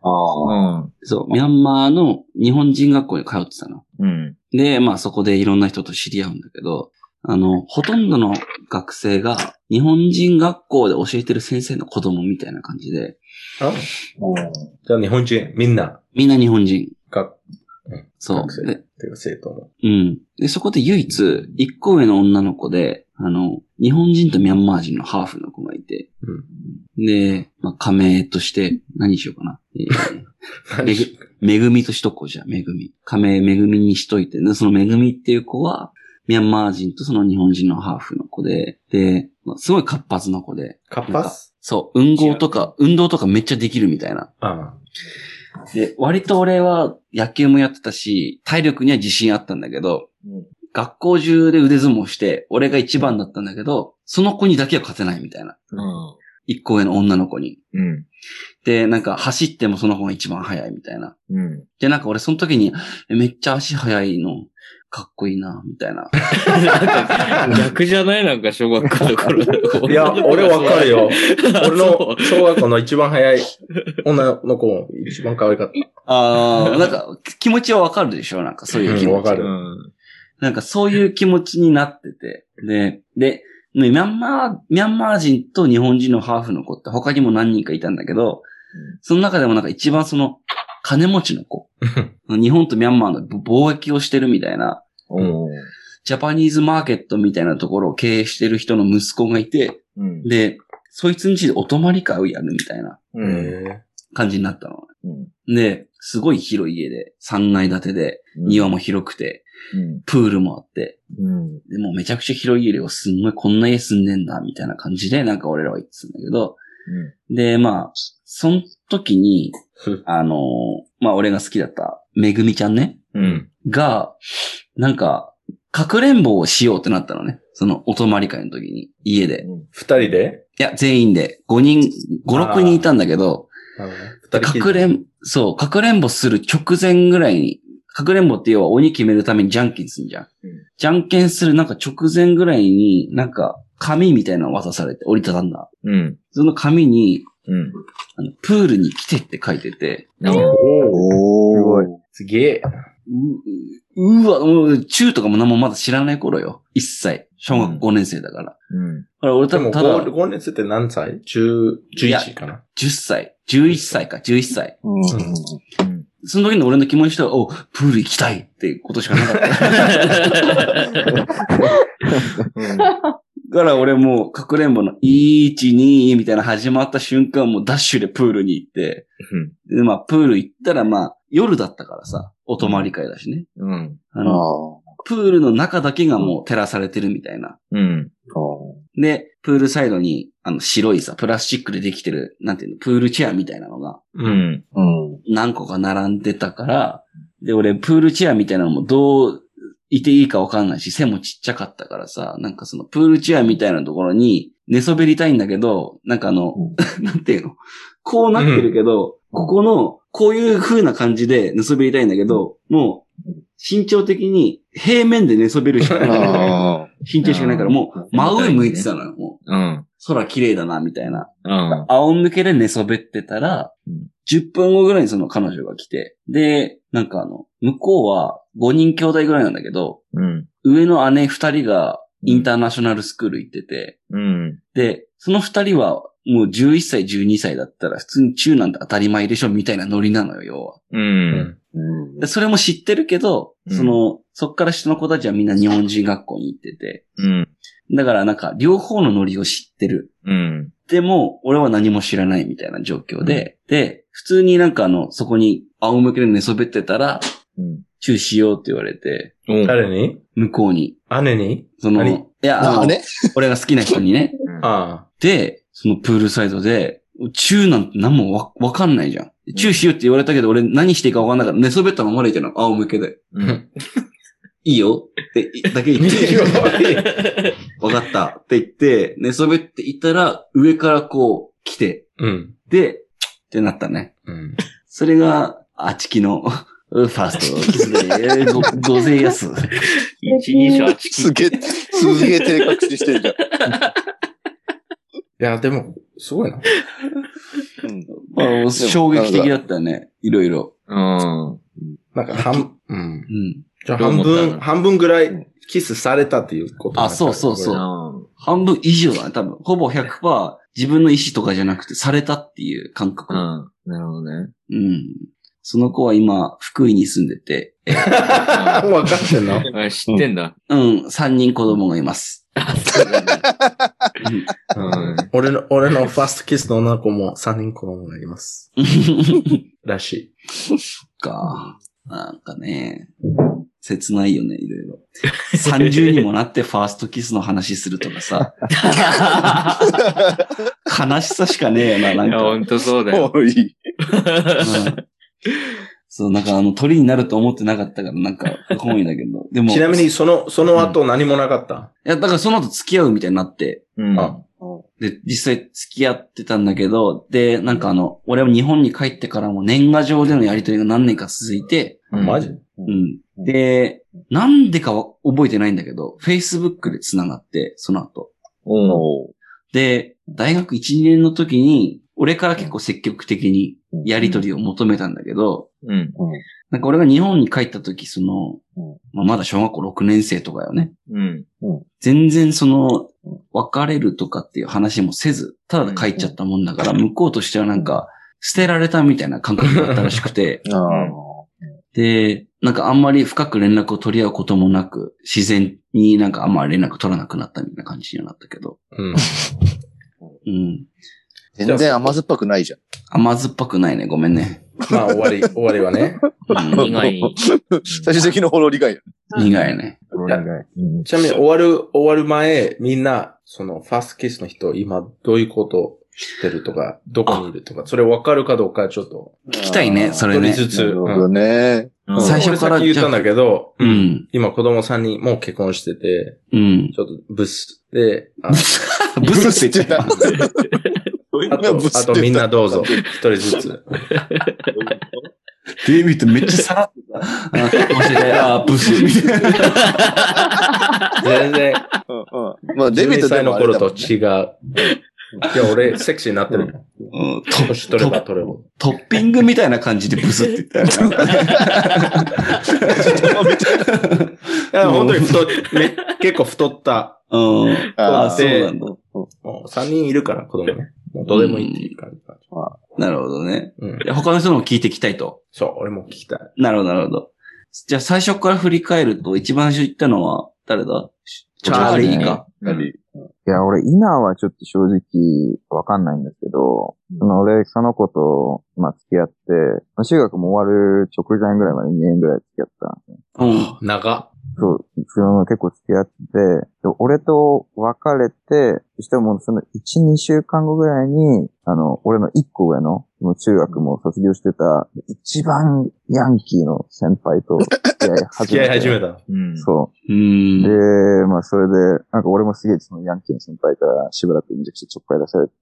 S2: あ
S3: うん。
S1: そう、ミャンマーの日本人学校に通ってたの。
S3: うん。
S1: で、まあそこでいろんな人と知り合うんだけど、あの、ほとんどの学生が日本人学校で教えてる先生の子供みたいな感じで、
S2: あ。じゃあ日本人、みんな、
S1: みんな日本人。
S2: 学、
S1: そう
S2: 学。生
S1: で
S2: っていうか生徒も。
S1: うん。で、そこで唯一、一個上の女の子で、あの、日本人とミャンマー人のハーフの子がいて、で、まあ、仮名として、何しようかな。えー めぐ、めぐみとしとこうじゃあ、めぐみ。仮名めぐみにしといて、でそのめぐみっていう子は、ミャンマー人とその日本人のハーフの子で、で、まあすごい活発な子で、
S2: カッパス
S1: そう、運動とか、運動とかめっちゃできるみたいな。
S2: あ
S1: で、割と俺は野球もやってたし、体力には自信あったんだけど、学校中で腕相撲して、俺が一番だったんだけど、その子にだけは勝てないみたいな。
S3: うん。
S1: 一個上の女の子に。
S3: うん。
S1: で、なんか走ってもその子が一番速いみたいな。
S3: うん。
S1: で、なんか俺その時に、えめっちゃ足速いの、かっこいいな、みたいな。
S3: 逆じゃないなんか、小学校の頃。
S2: いや、俺わかるよ。
S3: そう。
S2: 俺の小学校の一番早い女の子、一番可愛かっ
S1: ああ、なんか気持ちはわかるでしょなんかそういう気持ち。
S2: うんわかる
S3: うん。
S1: なんかそういう気持ちになってて。で、で、ミャンマー、ミャンマー人と日本人のハーフの子って他にも何人かいたんだけど、その中でもなんか一番その、金持ちの 子。
S2: た。
S1: 日本とミャンマーの貿易をしてるみたいな、
S3: おー
S1: ジャパニーズマーケットみたいなところを経営してる人の息子がいて、
S3: うん。
S1: で、そいつん家でお泊まり会をやるみたいな
S3: う。
S2: うんん。
S1: 感じになったの。
S3: うん。
S1: で、すごい広い家で、3階建てで、庭も広くて、
S3: うん。
S1: プールもあって、
S3: うん。
S1: でもうめちゃくちゃ広い家をすんごいこんな家住んでんだ、みたいな感じで、なんか俺らは言ってたんだけど、で、まあ、その時に、あのまあ俺が好きだった、めぐみちゃんね、
S2: うん。
S1: が、なんか、かくれんぼをしようってなったのね。そのお泊まり会の時に、家で。
S2: 二人で
S1: いや、全員で、5人、5、6人いたんだけど、
S2: あのね二
S1: か
S2: 人
S1: くれん、そう、かくれんぼする直前ぐらいに、かくれんぼって要は鬼決めるためにじゃんけんするじゃん。じゃんけんするなんか直前ぐらいに、なんか紙みたいなの渡されて折りたたんだ。
S3: うん。
S1: その紙に、
S3: うん。
S1: あのプールに来てって書いてて、
S3: うん。
S2: おお
S4: おー。
S2: すげえ。
S1: う、ううわ、もう、中とかも何もまだ知らない頃よ。一切。小学5年生だから。だ
S3: うん。
S1: から俺
S2: で
S1: 多
S2: も
S1: 分ただ、
S2: 5、
S1: 10
S2: 5年生って何歳 ?10、
S1: いや
S2: 11かな。
S1: 歳、11歳か、11歳。
S4: うんうん
S2: うん
S1: その時の俺の気持ちとは、お、プール行きたいってことしかなかった。だから俺もう、かくれんぼの1、2みたいな始まった瞬間、もうダッシュでプールに行って、で、まあ、プール行ったら、まあ、夜だったからさ、お泊まり会だしね。
S3: うん。
S1: あ
S4: あ
S1: の、プールの中だけがもう照らされてるみたいな。
S3: うん。
S1: で、プールサイドに、あの、白いさ、プラスチックでできてる、なんていうの、プールチェアみたいなのが、
S3: う。ん。
S4: あ。うん。
S1: 何個か並んでたから、で、俺、プールチェアみたいなのもどう、いていいかわかんないし、背もちっちゃかったからさ、なんかその、プールチェアみたいなところに、寝そべりたいんだけど、なんかあの、なんていうのこうなってるけど、ここの、こういう風な感じで寝そべりたいんだけど、もう、身長的に平面で寝そべるし かない。
S4: ああ。
S1: 身長しかないから、もう、真上向いてたのよ、もう。
S3: うん。
S1: 空綺麗だな、みたいな。
S3: うん。
S1: 仰向けで寝そべってたら、
S3: うん
S1: 10分後ぐらいにその彼女が来て、で、なんかあの、向こうは5人兄弟ぐらいなんだけど、
S3: うん。
S1: 上の姉2人がインターナショナルスクール行ってて、
S3: うん。
S1: で、その2人はもう11歳、12歳だったら普通に中なんて当たり前でしょ、みたいなノリなのよ、要は。
S3: うん。
S4: うん
S1: で、それも知ってるけど、
S3: うん
S1: その、そっから下の子たちはみんな日本人学校に行ってて、
S3: うん。
S1: だからなんか両方のノリを知ってる。
S3: うん。
S1: でも、俺は何も知らないみたいな状況で、で、普通になんかあの、そこに仰向けで寝そべってたら、
S3: うん。
S1: チューしようって言われて、
S2: 誰に
S1: 向こうに、
S2: 姉に
S1: その、
S2: 何
S1: いや、あの
S4: あ、ね。
S1: 俺が好きな人にね。
S2: あ
S1: で、そのプールサイドで、チューなんて何もわ、わかんないじゃん。チューしようって言われたけど、俺何していいかわかんないから、寝そべったままでいてるの、仰向けで。
S3: うん。
S1: いいよって、いだけ言っ
S2: いいよ
S1: て、わかったって言って、寝そべっていたら、上からこう、来て、
S2: あ。うん。
S1: で、ってなったね。
S2: うん。
S1: それが、あちきの、ファーストキスで、ご、 ごぜやす。
S3: 一人称あち
S4: すげえ、すげえ低確視してんじゃん。
S2: いや、でも、すごいな。
S4: うん
S1: まあ、衝撃的だったね。いろいろ。
S3: うん。
S2: なんか、半、うん
S1: う。ん。
S2: じゃあ
S3: どう
S2: 半
S3: 思ったの
S2: 分、半分ぐらいキスされたっていうことなん
S1: あ、
S2: だ
S1: そうそう
S2: こ
S1: そ
S2: れ
S1: う。半分以上だね、多分。ほぼ100%、自分の意思とかじゃなくて、されたっていう感覚。うん。
S3: なるほどね。
S1: その子は今、福井に住んでて、
S2: わかってんの
S3: あ知ってんだ。
S1: うん、3人子供がい ます。うん
S3: うん。
S2: 俺の、俺のファーストキスの女の子も3人子供がいます。らしい。
S1: か。なんかね、切ないよね、いろいろ。30にもなってファーストキスの話するとかさ、悲しさしかねえよな、
S3: い
S1: なん
S3: や、
S1: か。
S3: ほんとそうだよ。
S4: おい。
S1: うんそう、なんかあの鳥になると思ってなかったから、なんか本意だけど。でも、
S2: ちなみ
S1: い
S2: に、その、その後何もなかった、
S1: や、だからその後付き合うみたいになって、
S3: うん。
S2: あ
S1: で、実際付き合ってたんだけど、で、なんかあの、俺は日本に帰ってからも年賀状でのやりとりが何年か続いて、
S2: マジ
S1: うん。で、なんでかは覚えてないんだけど、Facebook で繋がって、その後。
S4: お
S1: で、大学1、2年の時に、俺から結構積極的にやりとりを求めたんだけど、
S3: うん。
S1: なんか俺が日本に帰った時、その
S4: うん、
S1: まあ、まだ小学校6年生とかよね。
S3: うん。
S1: 全然その、別れるとかっていう話もせず、ただ帰っちゃったもんだから、向こうとしてはなんか、捨てられたみたいな感覚だったらしく て、
S4: ああ。
S1: で、なんかあんまり深く連絡を取り合うこともなく、自然になんかあんまり連絡取らなくなったみたいな感じにはなったけど、
S2: うん。
S1: うん。
S4: 全然甘酸っぱくないじゃん。
S1: 甘酸っぱくないね、ごめん ね。
S2: まあ、終わり、終わりはね。
S1: うん、
S3: 苦い。
S4: 最終的なほろ苦いよ。
S1: 苦いね。
S2: ちなみに、終わる、終わる前、みんな、その、ファーストキスの人、今、どういうこと知ってるとか、どこにいるとか、それ分かるかどうか、ちょっと、
S1: 聞きたいね、そ
S2: 一
S1: れ
S2: 人
S1: ね。
S2: ずつ。
S4: なるほ
S2: う
S4: ど
S2: ん
S4: ね。
S3: うん
S1: 最初から
S2: 俺先言ったんだけど、
S1: う。ん。
S2: 今、子供3人、もう結婚してて、
S1: うん。
S2: ちょっと、ブス。で、あ
S1: ブスって言っちゃった。
S2: あと、あとみんなどうぞ。一人ずつ。
S1: デイビッドめっちゃさらっ とさ、あ結婚してて、あーブスみたいな。
S2: 全然、
S4: うんうん。まあ、デ
S2: 12
S4: ビットで
S2: 歳の
S4: もあれ
S2: 頃
S4: だも
S2: と
S4: んね
S2: 違う。いや、俺、セクシーになってるもん。
S1: うん
S2: 年取れば取れば。
S1: トッピングみたいな感じでブスって言ったよね
S2: いや、本当に太っ、め結構太った。
S1: うん。あ
S4: あ
S1: あ、
S4: ー
S1: そうなんだ。
S2: もう3人いるから、子供ね。もうどうでもいいっていう感じ。
S1: なるほどね。
S2: うん
S1: い。や他の人のも聞いていきたいと。
S2: そう、俺も聞きたい。
S1: なるほど、なるほど。じゃあ最初から振り返ると、一番最初行ったのは、誰だチャーリーか。
S4: やはり
S7: いや、俺、今はちょっと正直わかんないんですけど、その俺、その子と、まあ、付き合って、まあ中学も終わる直前ぐらいまで2年ぐらい付き合ったんですね。
S1: うん。
S2: 長っ。
S7: そう、その結構付き合ってて、で俺と別れて、そしたらもうその1、2週間後ぐらいに、あの、俺の1個上の、もう中学も卒業してた、一番ヤンキーの先輩と付き合 い
S2: 付
S7: 始
S2: き
S7: め
S2: 合
S7: て。
S2: い始めた。
S3: うん。
S7: そ
S1: う
S7: う。で
S1: ん。、
S7: まあそれで、なんか俺もすげえそのヤンキーの先輩からしばらくめちゃくちゃちょっかい出されて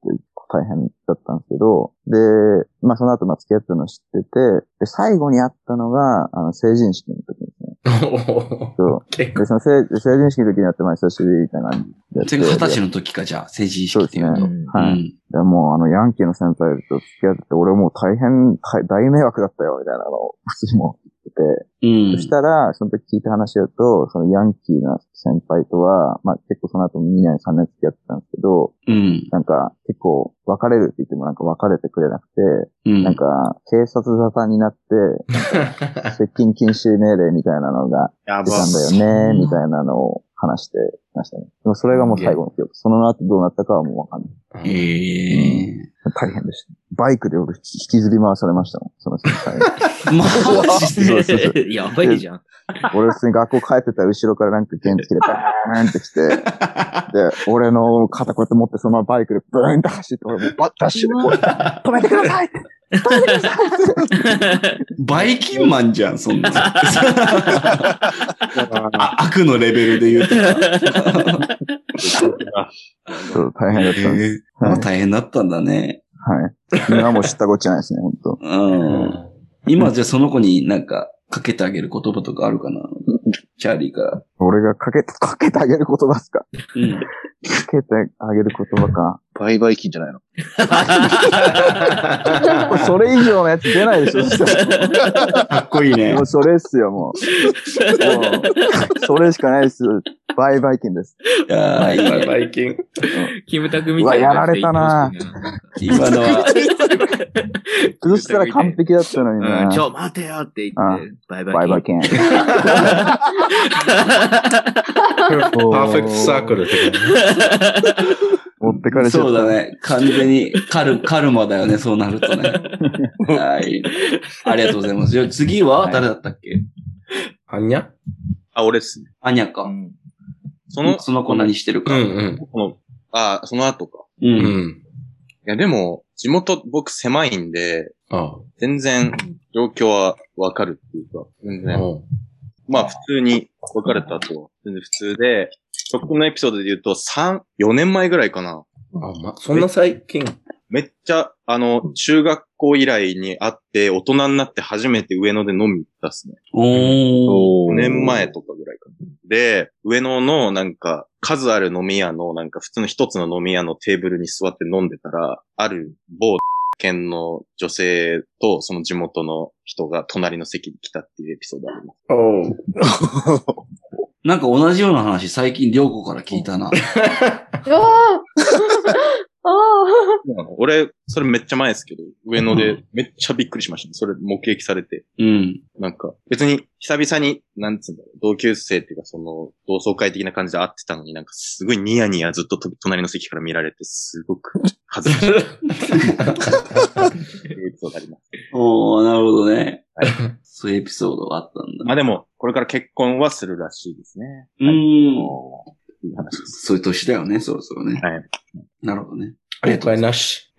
S7: 大変だったんですけど、で、まあその後まあ付き合ってたの知ってて、で、最後に会ったのが、あの、成人式の時ですね。そう。
S2: 結
S7: で、その成成人式の時に会って、まあ久しぶりみたいな感じでやって。
S1: それが二十歳の時か、じゃあ、成人式っていう
S7: そう
S1: と
S7: で。はい。
S1: うん
S7: でもうあの、ヤンキーの先輩と付き合ってて、俺もう大変、大大迷惑だったよ、みたいなのを、私も言ってて。
S1: うん
S7: そし。たら、その時聞いた話だと、そのヤンキーな先輩とは、まあ結構その後2年3年付き合ってたんですけど、
S1: うん。
S7: なんか結構別れるって言ってもなんか別れてくれなくて、
S1: うん。
S7: なんか警察沙汰になって、 接近禁止命令みたいなのが
S5: や
S7: 出た
S5: ば。
S7: んだよね、みたいなのを話してましたね。でもそれがもう最後の記憶。その後どうなったかはもうわかんない。
S1: ええ。
S7: 大変でした。バイクで俺引きずり回されましたもん、その先輩に。
S1: マジで。
S3: やばいじゃん。
S7: 俺普通に学校帰ってたら後ろからなんか原付でバーンって来て、で、俺の肩こうやって持ってそのままバイクでブーンって走って、俺もバッダッシュでこう、止めてくだ さいって止めてくださいって
S1: バイキンマンじゃん、そんな。 あ悪のレベルで言うと。
S7: そう大変だったんです。
S1: まあ大変だったんだね。
S7: はい。今はもう知ったこっちゃないですね、本当
S1: うん。今じゃあその子になんかかけてあげる言葉とかあるかなチャーリーから。
S7: 俺がかけ、かけてあげる言葉ですか
S1: うん。
S7: かけてあげる言葉か。
S4: バイバイ金じゃないの。
S7: これそれ以上のやつ出ないでしょ、そしたら
S1: かっこいいね
S7: もう。それっすよ、もう。もうそれしかないです。バイバイ金です。
S1: いやーいいね
S2: バイキン。
S3: キムタクみたいな。
S7: うわやられたな
S1: 今のは、
S7: 崩したら完璧だったのに
S3: うん、
S7: な。
S3: ちょ、待てよって言って、バイバイ。
S7: バイバイ。金。
S2: パーフェクトサークルってことね
S7: 持ってかれちゃった。
S1: そうだね。完全にカル、カルマだよね、そうなるとね。はい。ありがとうございます。じゃあ次は誰だったっけ
S2: あんにゃ
S5: あ、俺ですね。
S1: アニャか。
S5: その、
S1: その子何してる
S2: う
S1: か。
S2: ん
S5: この、あ、その後か。
S1: う。
S2: うん。うんん。
S5: いや、でも、地元僕狭いんで、
S2: あ
S5: 全然状況はわかるっていうか、全
S2: あ。
S5: 然。まあ普通に別れた後は、全然普通で、直近のエピソードで言うと3、4年前ぐらいかな。
S2: あ、ま、そんな最近。
S5: めっちゃ、あの、中学校以来に会って、大人になって初めて上野で飲み行ったっすね。
S1: おー。
S5: 5年前とかぐらいかな。で、上野のなんか、数ある飲み屋の、なんか普通の一つの飲み屋のテーブルに座って飲んでたら、ある某県の女性とその地元の人が隣の席に来たっていうエピソードあります。
S2: おう。
S1: なんか同じような話、最近、りょうこから聞いたな。
S6: うわああ
S5: 俺、それめっちゃ前ですけど、上野でめっちゃびっくりしましたね。それ目撃されて。
S1: うん。
S5: なんか、別に久々に、なんつうんだろう、同級生っていうかその、同窓会的な感じで会ってたのになんかすごいニヤニヤずっとと隣の席から見られて、すごく恥ずかし い。エピソードあります。
S1: おー、なるほどね。
S5: はい
S1: そういうエピソードがあったんだ。
S5: まあでも、これから結婚はするらしいですね。
S1: うーん。
S5: いい話です。
S1: そういう年だよね、そろそろね。
S5: はい。
S1: なるほどね。あり
S2: 了
S1: がとう。
S2: 解なし。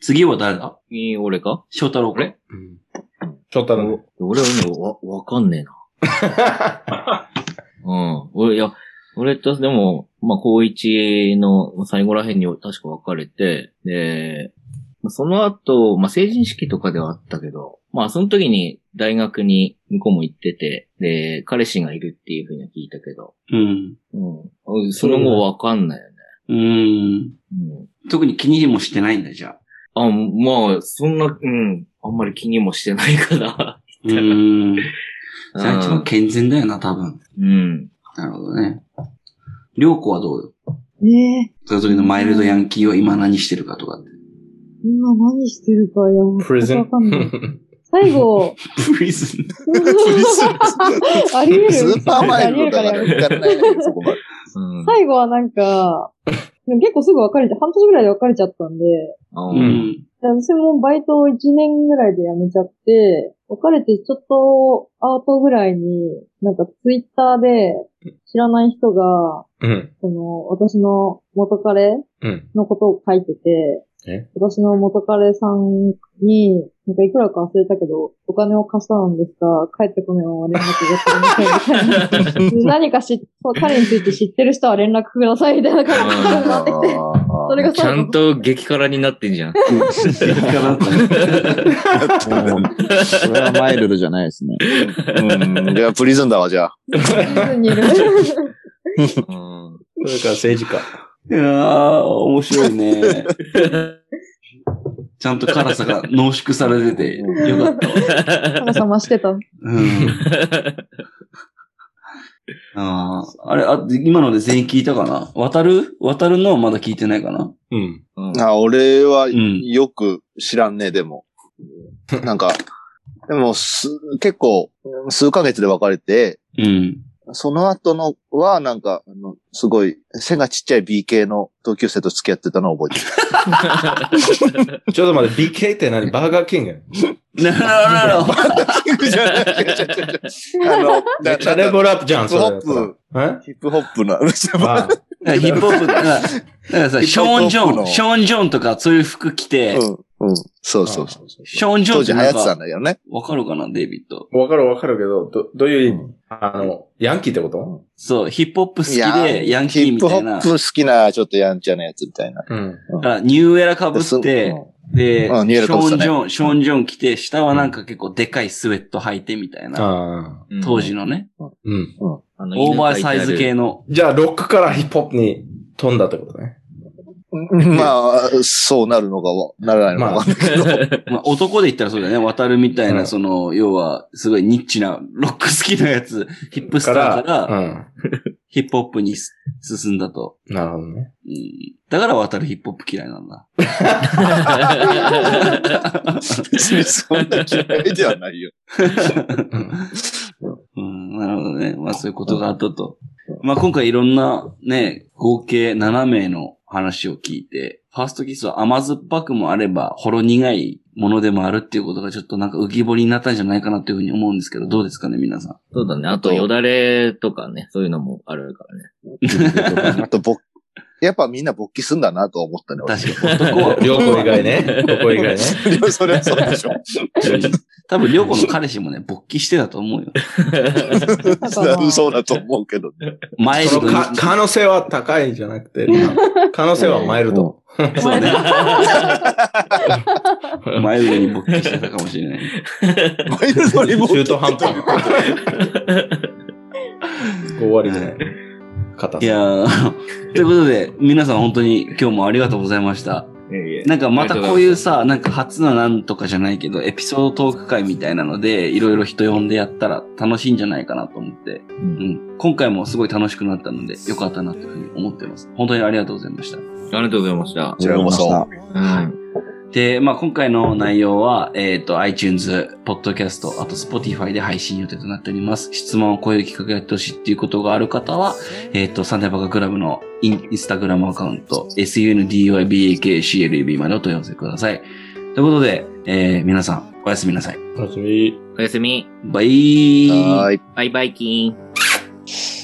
S1: 次は誰だ
S3: えー、俺か
S1: 翔太郎か
S3: 俺
S2: うん。翔太郎。
S3: 俺はね、わ、わかんねえな。うん。俺、いや、俺と、でも、まあ、高一の最後ら辺に確か別れて、で、まあその後、まあ、成人式とかではあったけど、まあ、その時に大学に向こうも行ってて、で、彼氏がいるっていうふうには聞いたけど、
S1: うん。
S3: うん。その後わかんないよね。
S1: うーん。
S3: うん。
S1: 特に気にもしてないんだ、じ ゃあ。
S3: あ、まあ、そんな、うん。あんまり気にもしてないから。
S1: うーん。じゃあ一
S3: う
S1: 番
S3: ん
S1: 健全だよな、多分。
S3: うん。
S1: なるほどね。りょうこはどうよ
S6: ええ
S1: その時のマイルドヤンキーを今何してるかとかって。
S6: 今何してるか、いや、
S2: プレゼ
S6: わ
S2: ン
S6: かんない。最後、
S1: プリズン。
S6: あり得
S4: ス
S6: る
S4: ーパーマイルドだか
S6: あり
S4: ら
S6: 得
S4: 行か
S6: る
S4: ないよ、そこまで。
S3: うん。
S6: 最後はなんか、でも結構すぐ別れちゃ半年ぐらいで別れちゃったんで、
S3: あ
S1: う。ん。
S6: で私もバイトを1年ぐらいで辞めちゃって、別れてちょっとアートぐらいに、なんかツイッターで知らない人が、
S2: うん。
S6: その、私の元彼
S2: うん。
S6: のことを書いて
S2: え
S6: て、私の元彼さんに、なんかいくらか忘れたけど、お金を貸したんですが、帰ってこないまま連絡が取れませんみたいな。で何かし、そう彼について知ってる人は連絡くださいみたいな感じで
S3: あ
S6: なってて、それが
S3: ちゃ
S6: 最後
S3: んと激辛になってんじゃん。
S1: いいかなと思って
S7: それはマイルドじゃないですね。
S4: うん、じゃあプリズンだわ、じゃあ。
S6: ディズ ニーで
S3: う
S2: そ
S3: ん。
S2: れから政治家。
S1: いやー、面白い ね。ちゃんと辛さが濃縮されてて、よかったわ。
S6: 高さ増してた。
S1: うん。ああ、あれ、あ、今ので全員聞いたかな渡る渡るのはまだ聞いてないかな
S2: うん。
S3: うん
S4: あ、俺は
S1: ん
S4: よく知らんね、でも。なんか、でもす、結構、数ヶ月で別れて、
S1: うん。
S4: その後のは、なんか、あの、すごい、背がちっちゃい B 系の同級生と付き合ってたのを覚えてる。
S2: ちょっと待って、BK って 何バーガーキング
S1: なるほど。
S4: じゃない違う違う違うあの、
S2: めっちゃレベルアップじゃん、
S4: ヒップホッ
S2: それ
S4: プ、ヒップホップな、
S2: あ
S1: だからヒップホップ、だからだからさ、
S4: ヒッ
S1: シ
S4: プ
S1: ョ
S4: ホッ
S1: ー
S4: プの
S1: ン・ジョン、ショーン・ジョンとかそういう服着て、
S4: うん、うん、そうそうそう。
S1: ショーン・ジョン
S4: 当
S1: っ
S4: 時
S1: て
S4: 流
S1: な
S4: 行っ
S1: ん
S4: てたん
S1: か、
S4: だけどね。
S1: わかるかな、デイビッド。
S2: わかるわかるけど、ど、どういう意味あの、ヤンキーってこと
S1: そう、ヒップホップ好き
S4: や
S1: で、ヤンキーみたいな。
S4: ヒップホップ好きな、ちょっとやんちゃなやつみたいな。
S2: うん。
S1: あニューエラ被って、で、シ
S4: うんニューエラ
S1: ョ
S4: 被
S1: ー
S4: ってた
S1: ン・
S4: ね
S1: ジョン、ショーン・ジョン着て、下はなんか結構でかいスウェット履いてみたいな。
S2: ああ。
S1: 当時のね、
S2: うん。
S3: あの
S1: オーバーサイズ。系の。
S2: じゃあ、ロックからヒップホップに飛んだってことね。
S4: うんまあ、そうなるのかわ、ならないのかわかん ないけど。
S1: まあ、男で言ったらそうだよね。渡るみたいな、
S2: うん
S1: その、要は、すごいニッチな、ロック好きなやつ、ヒップスタ
S2: か、
S1: ーからら、
S2: うん。
S1: ヒップホップにす進んだと。
S2: なるほどね。
S1: うん、だから渡るヒップホップ嫌いなんだ。
S4: 別にそんな嫌いではないよ。
S1: うん、なるほどね。まあそういうことがあったと。まあ今回いろんなね、合計7名の話を聞いて、ファーストキスは甘酸っぱくもあれば、ほろ苦いものでもあるっていうことがちょっとなんか浮き彫りになったんじゃないかなっていうふうに思うんですけど、どうですかね、皆さ
S3: そうだね。あと、よだれとかね、そういうのもあるからね。
S4: あと、ぼやっぱみんな勃起すんだなと思ったね。
S1: ん。
S4: 俺
S1: 確かに男は。
S2: 両方以外ね。 両方以外ね。
S4: それはそうでしょ。
S1: うん 多分、両子の彼氏もね、勃起してたと思うよ。
S6: だからま あ
S4: そうだと思うけどね。
S1: マイル
S2: そ
S1: ド
S2: の
S1: に。
S2: か可能性は高いんじゃなくて、可能性はマイル ド。
S1: そうね。マイルドに勃起してたかもしれ ない。
S4: マイルドに勃
S2: 中
S4: 起
S2: 途半 端。5割ぐらい。硬さ
S1: いやーということで、皆さん本当に今日もありがとうございました。なんかまたこういうさ、なんか初のなんとかじゃないけど、エピソードトーク会みたいなので、いろいろ人呼んでやったら楽しいんじゃないかなと思って、うん。今回もすごい楽しくなったので、よかったなというふうに思ってます。本当にありがとうございました。
S3: ありがとうございました。
S4: ちらこそ。
S3: うん。
S1: で、まあ、今回の内容は、えっ、と、iTunes、Podcast、あと Spotify で配信予定となっております。質問、こういう企画やってほしいっていうことがある方は、えっ、と、サンデーバカクラブのインインスタグラムアカウント、sundyobakclub までお問い合わせください。ということで、えー皆さん、おやすみなさい。
S2: 楽しみ。
S3: おやすみ。
S1: バイ
S4: はーい。
S3: バイバイキーン。